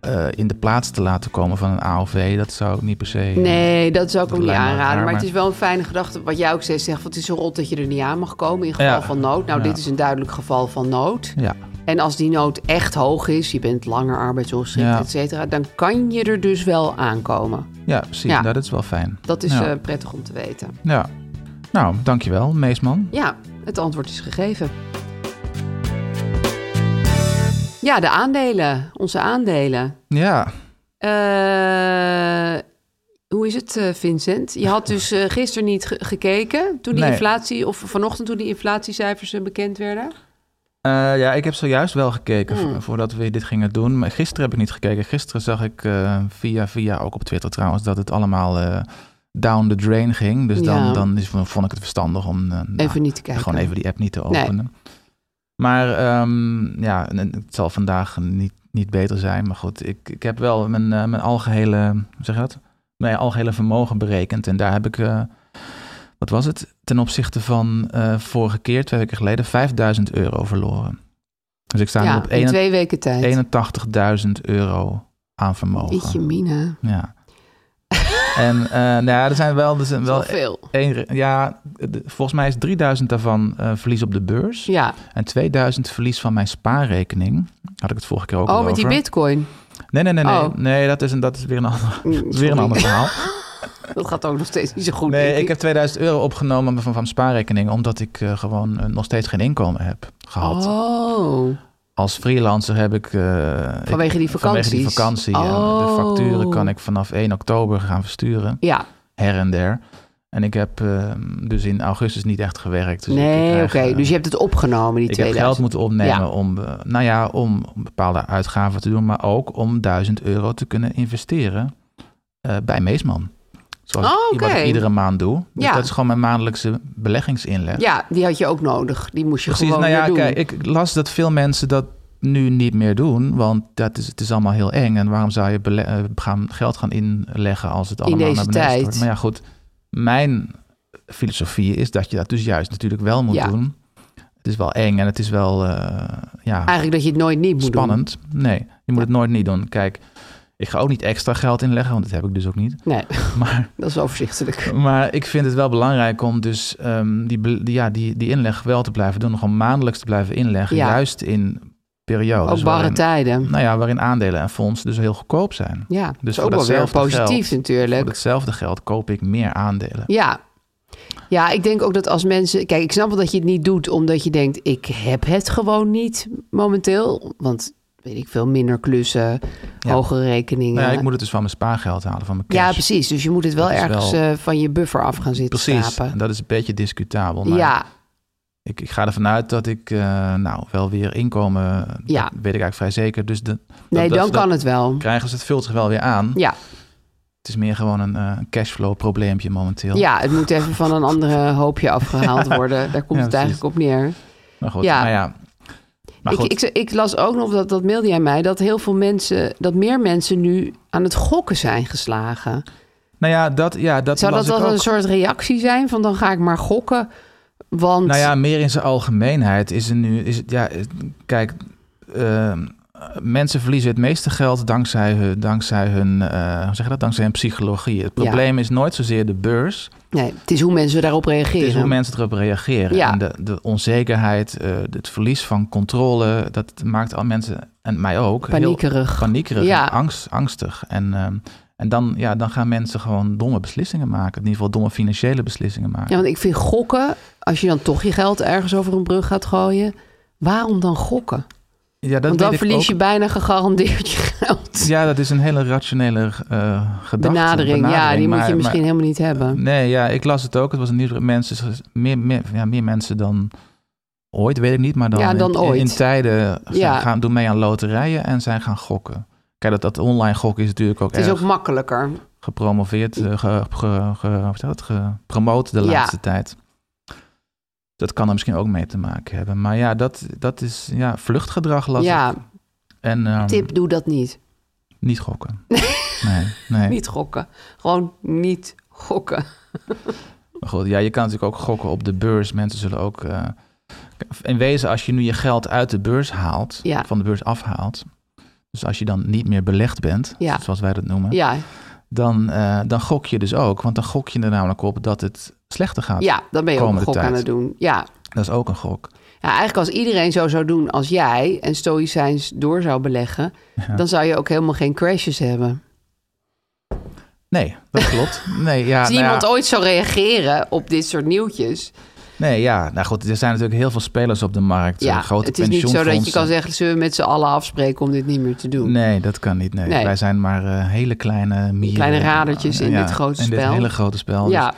Speaker 8: eh, in de plaats te laten komen van een AOV, dat zou ik niet per se...
Speaker 7: Nee, dat zou ik
Speaker 8: Dat
Speaker 7: ook niet
Speaker 8: lijkt me raar,
Speaker 7: aanraden. maar,
Speaker 8: maar-
Speaker 7: het is wel een fijne gedachte. Wat jij ook steeds zegt, want het is zo rot dat je er niet aan mag komen in geval
Speaker 8: Ja.
Speaker 7: van nood. Nou,
Speaker 8: Ja.
Speaker 7: dit is een duidelijk geval van nood.
Speaker 8: Ja,
Speaker 7: En als die nood echt hoog is, je bent langer arbeidsongeschikt,
Speaker 8: Ja.
Speaker 7: et cetera, dan kan je er dus wel aankomen.
Speaker 8: ja precies.
Speaker 7: Ja.
Speaker 8: Nou, dat is wel fijn.
Speaker 7: Dat is
Speaker 8: Ja.
Speaker 7: eh, prettig om te weten.
Speaker 8: Ja. Nou, dankjewel, Meesman.
Speaker 7: Ja, het antwoord is gegeven. Ja, de aandelen, onze aandelen.
Speaker 8: Ja,
Speaker 7: Eh, hoe is het, eh, Vincent? Je had dus eh, gisteren niet ge- gekeken toen die
Speaker 8: Nee.
Speaker 7: inflatie, of vanochtend toen die inflatiecijfers eh, bekend werden.
Speaker 8: Eh, Eh, ja, ik heb zojuist wel gekeken vo-
Speaker 7: Mm.
Speaker 8: voordat we dit gingen doen. Maar gisteren heb ik niet gekeken. Gisteren zag ik eh, via via, ook op Twitter trouwens, dat het allemaal eh, down the drain ging. Dus dan,
Speaker 7: Ja.
Speaker 8: dan is, vond ik het verstandig om eh, nou,
Speaker 7: Even niet te kijken.
Speaker 8: gewoon even die app niet te
Speaker 7: Nee.
Speaker 8: openen. Maar ehm, ja, en- en het zal vandaag niet, niet beter zijn. Maar goed, ik, ik heb wel mijn, eh, mijn algehele, hoe zeg je dat? Mijn algehele vermogen berekend. En daar heb ik, eh, wat was het? Ten opzichte van eh, vorige keer, twee weken geleden, 5000 euro verloren. Dus ik sta nu
Speaker 7: ja,
Speaker 8: op
Speaker 7: in twee weken tijd.
Speaker 8: 81.000 euro aan vermogen.
Speaker 7: Ietje mina.
Speaker 8: Ja. en eh, nou ja, er zijn wel, er zijn
Speaker 7: Wel *laughs*
Speaker 8: wel
Speaker 7: veel.
Speaker 8: één re- ja, de- volgens mij is 3000 daarvan eh, verlies op de beurs.
Speaker 7: Ja.
Speaker 8: En 2000 verlies van mijn spaarrekening. Had ik het vorige keer ook al
Speaker 7: Oh, met die
Speaker 8: over.
Speaker 7: bitcoin.
Speaker 8: Nee, nee, nee. Nee,
Speaker 7: Oh.
Speaker 8: nee dat, is een, dat is weer een ander,
Speaker 7: Mm,
Speaker 8: dat is weer een
Speaker 7: sorry.
Speaker 8: ander *laughs* verhaal.
Speaker 7: *laughs* Dat gaat ook nog steeds niet zo goed.
Speaker 8: Oh, Nee,
Speaker 7: denk
Speaker 8: ik heb 2000 euro opgenomen van, van mijn spaarrekening... omdat ik eh, gewoon eh, nog steeds geen inkomen heb gehad.
Speaker 7: Oh,
Speaker 8: Als freelancer heb ik... eh,
Speaker 7: Vanwege
Speaker 8: ik-
Speaker 7: die
Speaker 8: Vanwege die
Speaker 7: vakanties?
Speaker 8: vakantie. ja.
Speaker 7: Oh.
Speaker 8: de facturen kan ik vanaf 1 oktober gaan versturen.
Speaker 7: ja.
Speaker 8: Her en der. En ik heb eh, dus in augustus niet echt gewerkt. Dus ik- ik
Speaker 7: nee, oké.
Speaker 8: krijg, eh,
Speaker 7: Dus je hebt het opgenomen, die
Speaker 8: Ik heb
Speaker 7: 2000.
Speaker 8: geld moeten opnemen
Speaker 7: Ja.
Speaker 8: om, eh, nou ja, om bepaalde uitgaven te doen, maar ook om 1000 euro te kunnen investeren eh, bij Meesman. Zoals ik-
Speaker 7: Oh, oké.
Speaker 8: wat ik iedere maand doe. Dus
Speaker 7: Ja.
Speaker 8: dat is gewoon mijn maandelijkse beleggingsinleg.
Speaker 7: Ja, die had je ook nodig. Die moest je
Speaker 8: Precies,
Speaker 7: gewoon
Speaker 8: nou
Speaker 7: weer
Speaker 8: ja,
Speaker 7: doen.
Speaker 8: kijk, ik las dat veel mensen dat nu niet meer doen, want dat is, het is allemaal heel eng. En waarom zou je bele- eh, gaan, geld gaan inleggen als het allemaal
Speaker 7: deze
Speaker 8: naar beneden
Speaker 7: tijd.
Speaker 8: stort? Maar ja, goed, mijn filosofie is dat je dat dus juist natuurlijk wel moet
Speaker 7: Ja.
Speaker 8: doen. Het is wel eng en het is wel, eh, ja,
Speaker 7: Eigenlijk dat je het nooit niet moet
Speaker 8: spannend. Nee, je moet het nooit niet doen. Kijk, ik ga ook niet extra geld inleggen, want dat heb ik dus ook niet.
Speaker 7: doen. Nee,
Speaker 8: Maar,
Speaker 7: dat is overzichtelijk.
Speaker 8: maar ik vind het wel belangrijk om dus ehm, die, be- die- ja, die, die inleg wel te blijven doen. Gewoon maandelijks te blijven inleggen.
Speaker 7: Ja.
Speaker 8: Juist in periodes
Speaker 7: ook barre
Speaker 8: waarin,
Speaker 7: tijden.
Speaker 8: nou ja, waarin aandelen en fondsen dus heel goedkoop zijn.
Speaker 7: Ja, dus
Speaker 8: voor
Speaker 7: ook wel weer
Speaker 8: datzelfde
Speaker 7: positief
Speaker 8: geld-
Speaker 7: natuurlijk.
Speaker 8: Voor hetzelfde geld koop ik meer aandelen.
Speaker 7: Ja. Ja, ik denk ook dat als mensen... Kijk, ik snap wel dat je het niet doet omdat je denkt... ik heb het gewoon niet momenteel. Want, weet ik veel, minder klussen,
Speaker 8: Ja.
Speaker 7: hogere rekeningen.
Speaker 8: Nou ja, ik moet het dus van mijn spaargeld halen, van mijn cash.
Speaker 7: Ja, precies. Dus je moet het wel
Speaker 8: Dat is
Speaker 7: ergens
Speaker 8: wel-
Speaker 7: eh, van je buffer af gaan zitten
Speaker 8: Precies, Nou,
Speaker 7: schrapen.
Speaker 8: en dat is een beetje discutabel. Maar
Speaker 7: ja,
Speaker 8: Ik, ik ga ervan uit dat ik eh, nou wel weer inkomen.
Speaker 7: Ja.
Speaker 8: Dat weet ik eigenlijk vrij zeker. Dus de,
Speaker 7: nee,
Speaker 8: dat- dat
Speaker 7: dan
Speaker 8: ze dat
Speaker 7: kan het wel.
Speaker 8: krijgen ze het vult zich wel weer aan.
Speaker 7: Ja.
Speaker 8: Het is meer gewoon een eh, cashflow probleempje momenteel.
Speaker 7: ja, het moet even van een andere hoopje afgehaald *laughs* worden. Daar komt
Speaker 8: Ja,
Speaker 7: het
Speaker 8: precies.
Speaker 7: eigenlijk op neer.
Speaker 8: Maar goed,
Speaker 7: Ja.
Speaker 8: nou ja. Maar goed,
Speaker 7: Ik, ik, ik las ook nog, dat, dat mailde jij mij... dat heel veel mensen, dat meer mensen nu aan het gokken zijn geslagen.
Speaker 8: nou ja, dat, ja, dat
Speaker 7: Zou dat
Speaker 8: las ik
Speaker 7: wel
Speaker 8: ook.
Speaker 7: een soort reactie zijn van dan ga ik maar gokken? Want
Speaker 8: Nou ja, meer in zijn algemeenheid is er nu... Is het, ja, het- kijk, ehm, mensen verliezen het meeste geld dankzij hun... Dankzij hun eh, hoe zeg je dat? Dankzij hun psychologie. Het
Speaker 7: Ja.
Speaker 8: probleem is nooit zozeer de beurs.
Speaker 7: nee, het is hoe mensen daarop reageren.
Speaker 8: Het is hoe mensen erop reageren.
Speaker 7: Ja.
Speaker 8: En de, de onzekerheid, eh, het verlies van controle, dat maakt al mensen, en mij ook,
Speaker 7: Paniekerig.
Speaker 8: heel paniekerig
Speaker 7: Ja.
Speaker 8: en angst, angstig. En, ehm, en dan, ja, dan gaan mensen gewoon domme beslissingen maken. In ieder geval domme financiële beslissingen maken.
Speaker 7: Ja, want ik vind gokken, als je dan toch je geld ergens over een brug gaat gooien, waarom dan gokken?
Speaker 8: Ja, dat
Speaker 7: want
Speaker 8: weet
Speaker 7: dan
Speaker 8: ik
Speaker 7: verlies
Speaker 8: ook.
Speaker 7: je bijna gegarandeerd je geld.
Speaker 8: Ja, dat is een hele rationele eh gedachte.
Speaker 7: benadering, ja, die moet
Speaker 8: maar-
Speaker 7: je misschien
Speaker 8: maar-
Speaker 7: helemaal niet hebben.
Speaker 8: Nee, ja, ik las het ook. Het was een nieuwsbrief. Mensen, meer, meer, ja, meer mensen dan ooit, weet ik niet. Maar dan,
Speaker 7: Ja, dan
Speaker 8: in, in-
Speaker 7: ooit.
Speaker 8: in tijden zijn
Speaker 7: Ja.
Speaker 8: gaan, doen mee aan loterijen en zijn gaan gokken. Kijk, dat, dat online gokken is natuurlijk ook
Speaker 7: Het is
Speaker 8: erg
Speaker 7: ook makkelijker.
Speaker 8: gepromoveerd, eh, ge, ge, ge, hoe zeg je dat? gepromoot de
Speaker 7: Ja.
Speaker 8: laatste tijd. Dat kan er misschien ook mee te maken hebben. Maar ja, dat, dat is ja, vluchtgedrag las
Speaker 7: Ja,
Speaker 8: ik. En ehm,
Speaker 7: tip, doe dat niet.
Speaker 8: niet
Speaker 7: *laughs*
Speaker 8: gokken. Nee, nee.
Speaker 7: Niet gokken. Gewoon niet gokken.
Speaker 8: Maar goed, ja, je kan natuurlijk ook gokken op de beurs. Mensen zullen ook. eh, in wezen, als je nu je geld uit de beurs haalt,
Speaker 7: Ja.
Speaker 8: van de beurs afhaalt. Dus als je dan niet meer belegd bent,
Speaker 7: Ja.
Speaker 8: zoals wij dat noemen,
Speaker 7: Ja,
Speaker 8: dan, eh, dan gok je dus ook. Want dan gok je er namelijk op dat het slechter gaat.
Speaker 7: ja dan ben je ook een
Speaker 8: Komende
Speaker 7: gok
Speaker 8: tijd.
Speaker 7: aan het doen. Ja,
Speaker 8: Dat is ook een gok.
Speaker 7: Ja, eigenlijk als iedereen zo zou doen als jij en stoïcijns door zou beleggen, dan zou je ook helemaal geen crashes hebben.
Speaker 8: Nee, dat
Speaker 7: *laughs*
Speaker 8: klopt. Nee, ja,
Speaker 7: Als
Speaker 8: nou
Speaker 7: iemand
Speaker 8: ja,
Speaker 7: ooit zou reageren op dit soort nieuwtjes,
Speaker 8: nee, ja, nou goed, er zijn natuurlijk heel veel spelers op de markt. eh,
Speaker 7: ja,
Speaker 8: grote
Speaker 7: het is niet zo dat je
Speaker 8: pensioenfondsen.
Speaker 7: kan zeggen, zullen we met z'n allen afspreken om dit niet meer te doen?
Speaker 8: Nee, dat kan niet. Nee.
Speaker 7: Nee.
Speaker 8: Wij zijn maar eh, hele kleine mieren.
Speaker 7: Kleine radertjes in
Speaker 8: Ja,
Speaker 7: dit grote
Speaker 8: in
Speaker 7: spel.
Speaker 8: dit hele grote spel. Dus
Speaker 7: ja,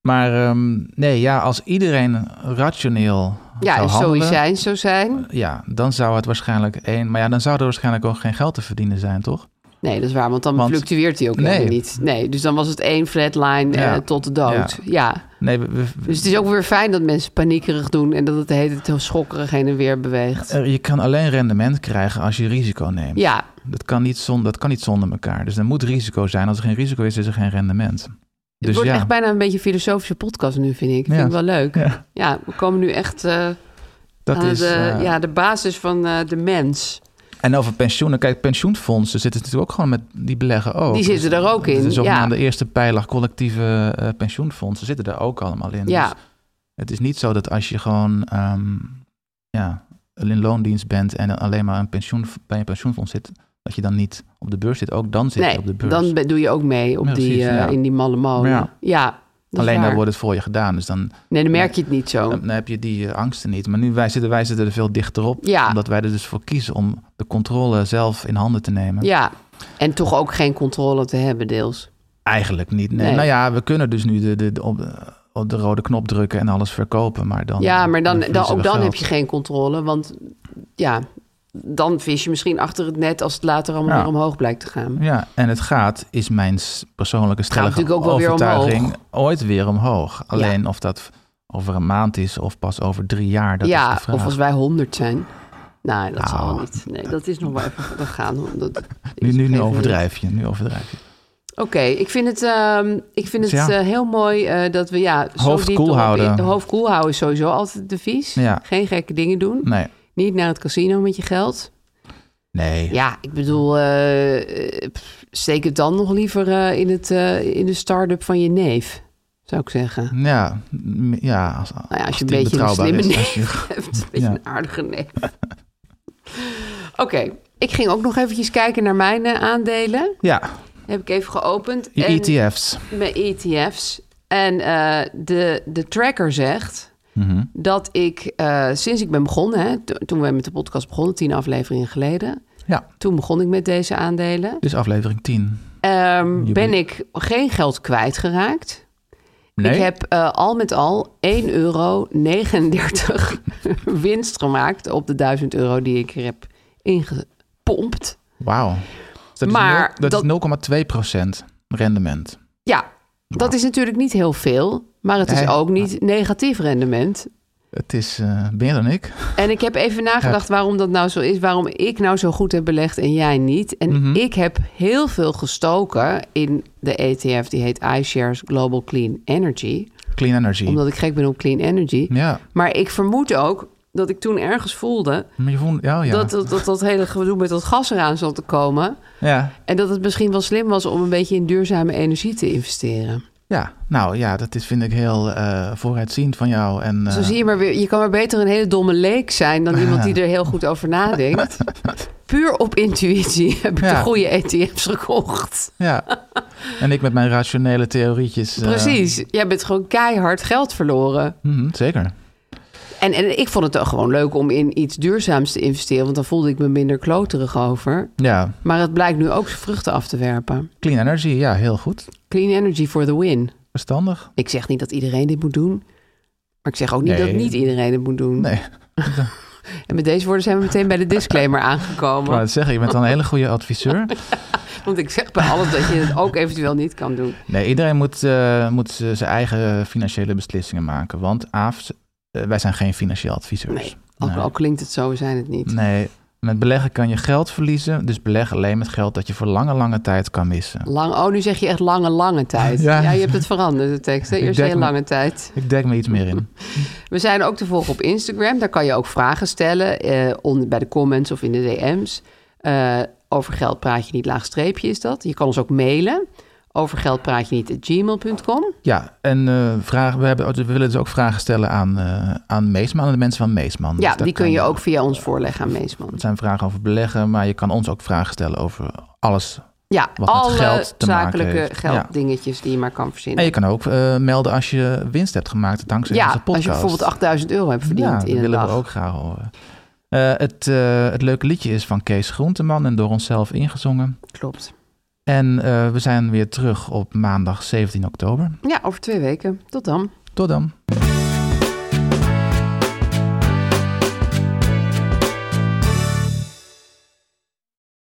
Speaker 8: Maar ehm, nee, ja, als iedereen rationeel
Speaker 7: Ja,
Speaker 8: zou
Speaker 7: en
Speaker 8: handelen,
Speaker 7: stoïcijns zou zijn.
Speaker 8: Ja, dan zou het waarschijnlijk één... Maar ja, dan zou er waarschijnlijk ook geen geld te verdienen zijn, toch?
Speaker 7: Nee, dat is waar, want dan
Speaker 8: Want-
Speaker 7: fluctueert hij ook
Speaker 8: Nee.
Speaker 7: helemaal niet. Nee, dus dan was het één flatline eh,
Speaker 8: Ja.
Speaker 7: tot de dood. ja.
Speaker 8: Nee, we- we-
Speaker 7: Dus het is ook weer fijn dat mensen paniekerig doen en dat het de hele tijd heel schokkerig heen en weer beweegt.
Speaker 8: er- je kan alleen rendement krijgen als je risico neemt.
Speaker 7: Ja,
Speaker 8: Dat kan, niet zon, dat kan niet zonder elkaar. Dus er moet risico zijn. Als er geen risico is, is er geen rendement.
Speaker 7: het
Speaker 8: Dus
Speaker 7: wordt
Speaker 8: ja.
Speaker 7: echt bijna een beetje een filosofische podcast nu, vind ik. Ik
Speaker 8: Ja.
Speaker 7: vind het wel leuk. Ja,
Speaker 8: Ja,
Speaker 7: we komen nu echt eh,
Speaker 8: dat
Speaker 7: aan
Speaker 8: is,
Speaker 7: de,
Speaker 8: eh,
Speaker 7: ja, de basis van eh, de mens.
Speaker 8: En over pensioenen, kijk, pensioenfondsen zitten natuurlijk ook gewoon met die beleggen ook.
Speaker 7: Die zitten er ook in,
Speaker 8: De
Speaker 7: ja.
Speaker 8: zogenaamde eerste pijler collectieve eh, pensioenfondsen zitten er ook allemaal in.
Speaker 7: Ja.
Speaker 8: Dus het is niet zo dat als je gewoon ehm, ja, in loondienst bent en dan alleen maar een pensioen, bij een pensioenfonds zit, dat je dan niet op de beurs zit. Ook dan zit je
Speaker 7: Nee,
Speaker 8: op de beurs.
Speaker 7: dan be- doe je ook mee op
Speaker 8: Ja,
Speaker 7: die,
Speaker 8: precies,
Speaker 7: eh,
Speaker 8: ja.
Speaker 7: in die malle molen. Ja,
Speaker 8: Ja.
Speaker 7: dat is
Speaker 8: alleen
Speaker 7: waar.
Speaker 8: dan wordt het voor je gedaan. Dus dan,
Speaker 7: Nee, dan merk je het niet zo.
Speaker 8: dan heb je die eh, angsten niet. Maar nu wij zitten, wij zitten er veel dichter op.
Speaker 7: Ja.
Speaker 8: Omdat wij er dus voor kiezen om de controle zelf in handen te nemen.
Speaker 7: Ja, en toch ook geen controle te hebben deels.
Speaker 8: Eigenlijk niet. Nee.
Speaker 7: Nee.
Speaker 8: Nou ja, we kunnen dus nu de, de, de- op, op de rode knop drukken en alles verkopen. Maar dan,
Speaker 7: ja, maar dan, dan,
Speaker 8: verliezen
Speaker 7: ook
Speaker 8: we
Speaker 7: dan
Speaker 8: geld.
Speaker 7: heb je geen controle. Want ja, dan vis je misschien achter het net als het later allemaal
Speaker 8: Ja.
Speaker 7: weer omhoog blijkt te gaan.
Speaker 8: Ja, en het gaat, is mijn s- persoonlijke stellige
Speaker 7: natuurlijk ook wel weer
Speaker 8: overtuiging,
Speaker 7: omhoog.
Speaker 8: ooit weer omhoog. Alleen of dat over een maand is of pas over drie jaar, dat is
Speaker 7: ja,
Speaker 8: de vraag.
Speaker 7: of als wij honderd zijn. Nou, dat zal
Speaker 8: Nou.
Speaker 7: niet. Nee, dat
Speaker 8: *laughs*
Speaker 7: is nog wel even dat gaan. hoor. Dat is
Speaker 8: nu,
Speaker 7: op
Speaker 8: nu,
Speaker 7: een
Speaker 8: nu
Speaker 7: gegeven moment.
Speaker 8: overdrijf je, nu overdrijf je.
Speaker 7: Oké, ik vind het, ehm, ik vind het
Speaker 8: Dus ja.
Speaker 7: eh, heel mooi eh, dat we ja, zo
Speaker 8: Hoofd
Speaker 7: diep
Speaker 8: koel
Speaker 7: erop in-
Speaker 8: houden.
Speaker 7: Hoofd koel houden is sowieso altijd het devies.
Speaker 8: Ja.
Speaker 7: Geen gekke dingen doen.
Speaker 8: Nee,
Speaker 7: Niet naar het casino met je geld.
Speaker 8: nee.
Speaker 7: Ja, ik bedoel, eh, eh, pff, steek het dan nog liever eh, in, het, eh, in de start-up van je neef, zou ik zeggen. *laughs*
Speaker 8: Ja, m- ja, als,
Speaker 7: Nou ja, als je
Speaker 8: die
Speaker 7: een beetje een
Speaker 8: betrouwbaar
Speaker 7: slimme
Speaker 8: is, als
Speaker 7: neef
Speaker 8: je-
Speaker 7: hebt, een beetje
Speaker 8: Ja.
Speaker 7: een aardige neef. *laughs* Oké, ik ging ook nog eventjes kijken naar mijn eh, aandelen.
Speaker 8: Ja,
Speaker 7: Heb ik even geopend.
Speaker 8: je E
Speaker 7: En
Speaker 8: ETF's.
Speaker 7: Mijn ETF's. En eh, de, de tracker zegt
Speaker 8: Mhm.
Speaker 7: dat ik, eh, sinds ik ben begonnen, hè, to- toen we met de podcast begonnen, tien afleveringen geleden,
Speaker 8: Ja,
Speaker 7: toen begon ik met deze aandelen.
Speaker 8: dit is aflevering 10.
Speaker 7: Ehm,
Speaker 8: Je
Speaker 7: ben
Speaker 8: bent-
Speaker 7: ik geen geld kwijtgeraakt.
Speaker 8: Nee?
Speaker 7: Ik heb eh, al met al 1,39 euro
Speaker 8: *laughs*
Speaker 7: winst gemaakt op de 1000 euro die ik er heb ingepompt.
Speaker 8: Wauw. Dus dat
Speaker 7: Maar
Speaker 8: is
Speaker 7: dat-
Speaker 8: nul- dat, is 0,2% rendement.
Speaker 7: Ja, dat is natuurlijk niet heel veel, maar het is
Speaker 8: Nee.
Speaker 7: ook niet negatief rendement.
Speaker 8: Het is eh, meer dan ik.
Speaker 7: En ik heb even nagedacht waarom dat nou zo is. Waarom ik nou zo goed heb belegd en jij niet. En
Speaker 8: Mhm.
Speaker 7: ik heb heel veel gestoken in de ETF. Die heet iShares Global Clean Energy.
Speaker 8: Clean energy.
Speaker 7: Omdat ik gek ben op clean energy.
Speaker 8: Ja,
Speaker 7: Maar ik vermoed ook dat ik toen ergens voelde...
Speaker 8: maar je vond... Ja, ja.
Speaker 7: Dat, dat, dat dat hele gedoe met dat gas eraan zat te komen.
Speaker 8: ja.
Speaker 7: En dat het misschien wel slim was om een beetje in duurzame energie te investeren.
Speaker 8: Ja, nou ja, dat is, vind ik heel eh, vooruitziend van jou. En, eh,
Speaker 7: Zo zie je maar weer, je kan maar beter een hele domme leek zijn dan iemand die er heel goed over
Speaker 8: *laughs*
Speaker 7: nadenkt. Puur op intuïtie *laughs* heb ik de
Speaker 8: Ja.
Speaker 7: goede ETF's gekocht.
Speaker 8: Ja. En ik met mijn rationele theorietjes. eh,
Speaker 7: Precies, jij bent gewoon keihard geld verloren.
Speaker 8: mhm, zeker.
Speaker 7: En, en ik vond het ook gewoon leuk om in iets duurzaams te investeren, want dan voelde ik me minder kloterig over.
Speaker 8: Ja,
Speaker 7: Maar het blijkt nu ook zijn vruchten af te werpen.
Speaker 8: clean energy, ja, heel goed.
Speaker 7: Clean energy for the win.
Speaker 8: Verstandig.
Speaker 7: Ik zeg niet dat iedereen dit moet doen. Maar ik zeg ook niet
Speaker 8: Nee.
Speaker 7: dat niet iedereen het moet doen.
Speaker 8: Nee,
Speaker 7: En met deze woorden zijn we meteen bij de disclaimer
Speaker 8: ik wou
Speaker 7: aangekomen.
Speaker 8: het zeggen, je bent dan een hele goede adviseur.
Speaker 7: Want ik zeg bij alles dat je het
Speaker 8: *laughs*
Speaker 7: ook eventueel niet kan doen.
Speaker 8: Nee, iedereen moet, eh, moet z- zijn eigen financiële beslissingen maken. Want Aaf, eh, wij zijn geen financieel adviseurs.
Speaker 7: Nee, Ook
Speaker 8: Nee.
Speaker 7: al klinkt het zo, we zijn het niet.
Speaker 8: Nee, met beleggen kan je geld verliezen. Dus beleg alleen met geld dat je voor lange, lange tijd kan missen.
Speaker 7: Lang, oh, nu zeg je echt lange, lange tijd. Ja,
Speaker 8: Ja.
Speaker 7: je hebt het veranderd, de tekst. hè?
Speaker 8: Ik
Speaker 7: Eerst
Speaker 8: denk
Speaker 7: heel
Speaker 8: me-
Speaker 7: lange tijd.
Speaker 8: Ik dek me iets meer in.
Speaker 7: We zijn ook te volgen op Instagram. Daar kan je ook vragen stellen eh, onder, bij de comments of in de DM's. Eh, over geld praat je niet, laagstreepje is dat. Je kan ons ook mailen. Over geld praat je niet, at gmail.com.
Speaker 8: Ja, dus en eh, vragen, we, hebben, we willen dus ook vragen stellen aan, eh, aan Meesman, aan de mensen van Meesman. Dus
Speaker 7: Ja,
Speaker 8: daar
Speaker 7: die kun
Speaker 8: kan-
Speaker 7: je ook via ons voorleggen aan Meesman.
Speaker 8: Het zijn vragen over beleggen, maar je kan ons ook vragen stellen over alles.
Speaker 7: Ja,
Speaker 8: met
Speaker 7: alle
Speaker 8: geld te maken
Speaker 7: zakelijke
Speaker 8: heeft.
Speaker 7: gelddingetjes die je maar kan verzinnen.
Speaker 8: En je kan ook eh, melden als je winst hebt gemaakt dankzij
Speaker 7: ja,
Speaker 8: onze podcast.
Speaker 7: als je bijvoorbeeld 8000 euro hebt verdiend
Speaker 8: Ja, dat
Speaker 7: in een
Speaker 8: willen
Speaker 7: dag.
Speaker 8: we ook graag horen. Eh, het, eh, het leuke liedje is van Kees Groenteman en door onszelf ingezongen.
Speaker 7: Klopt.
Speaker 8: En eh, we zijn weer terug op maandag 17 oktober.
Speaker 7: Ja, over twee weken. Tot dan.
Speaker 8: Tot dan.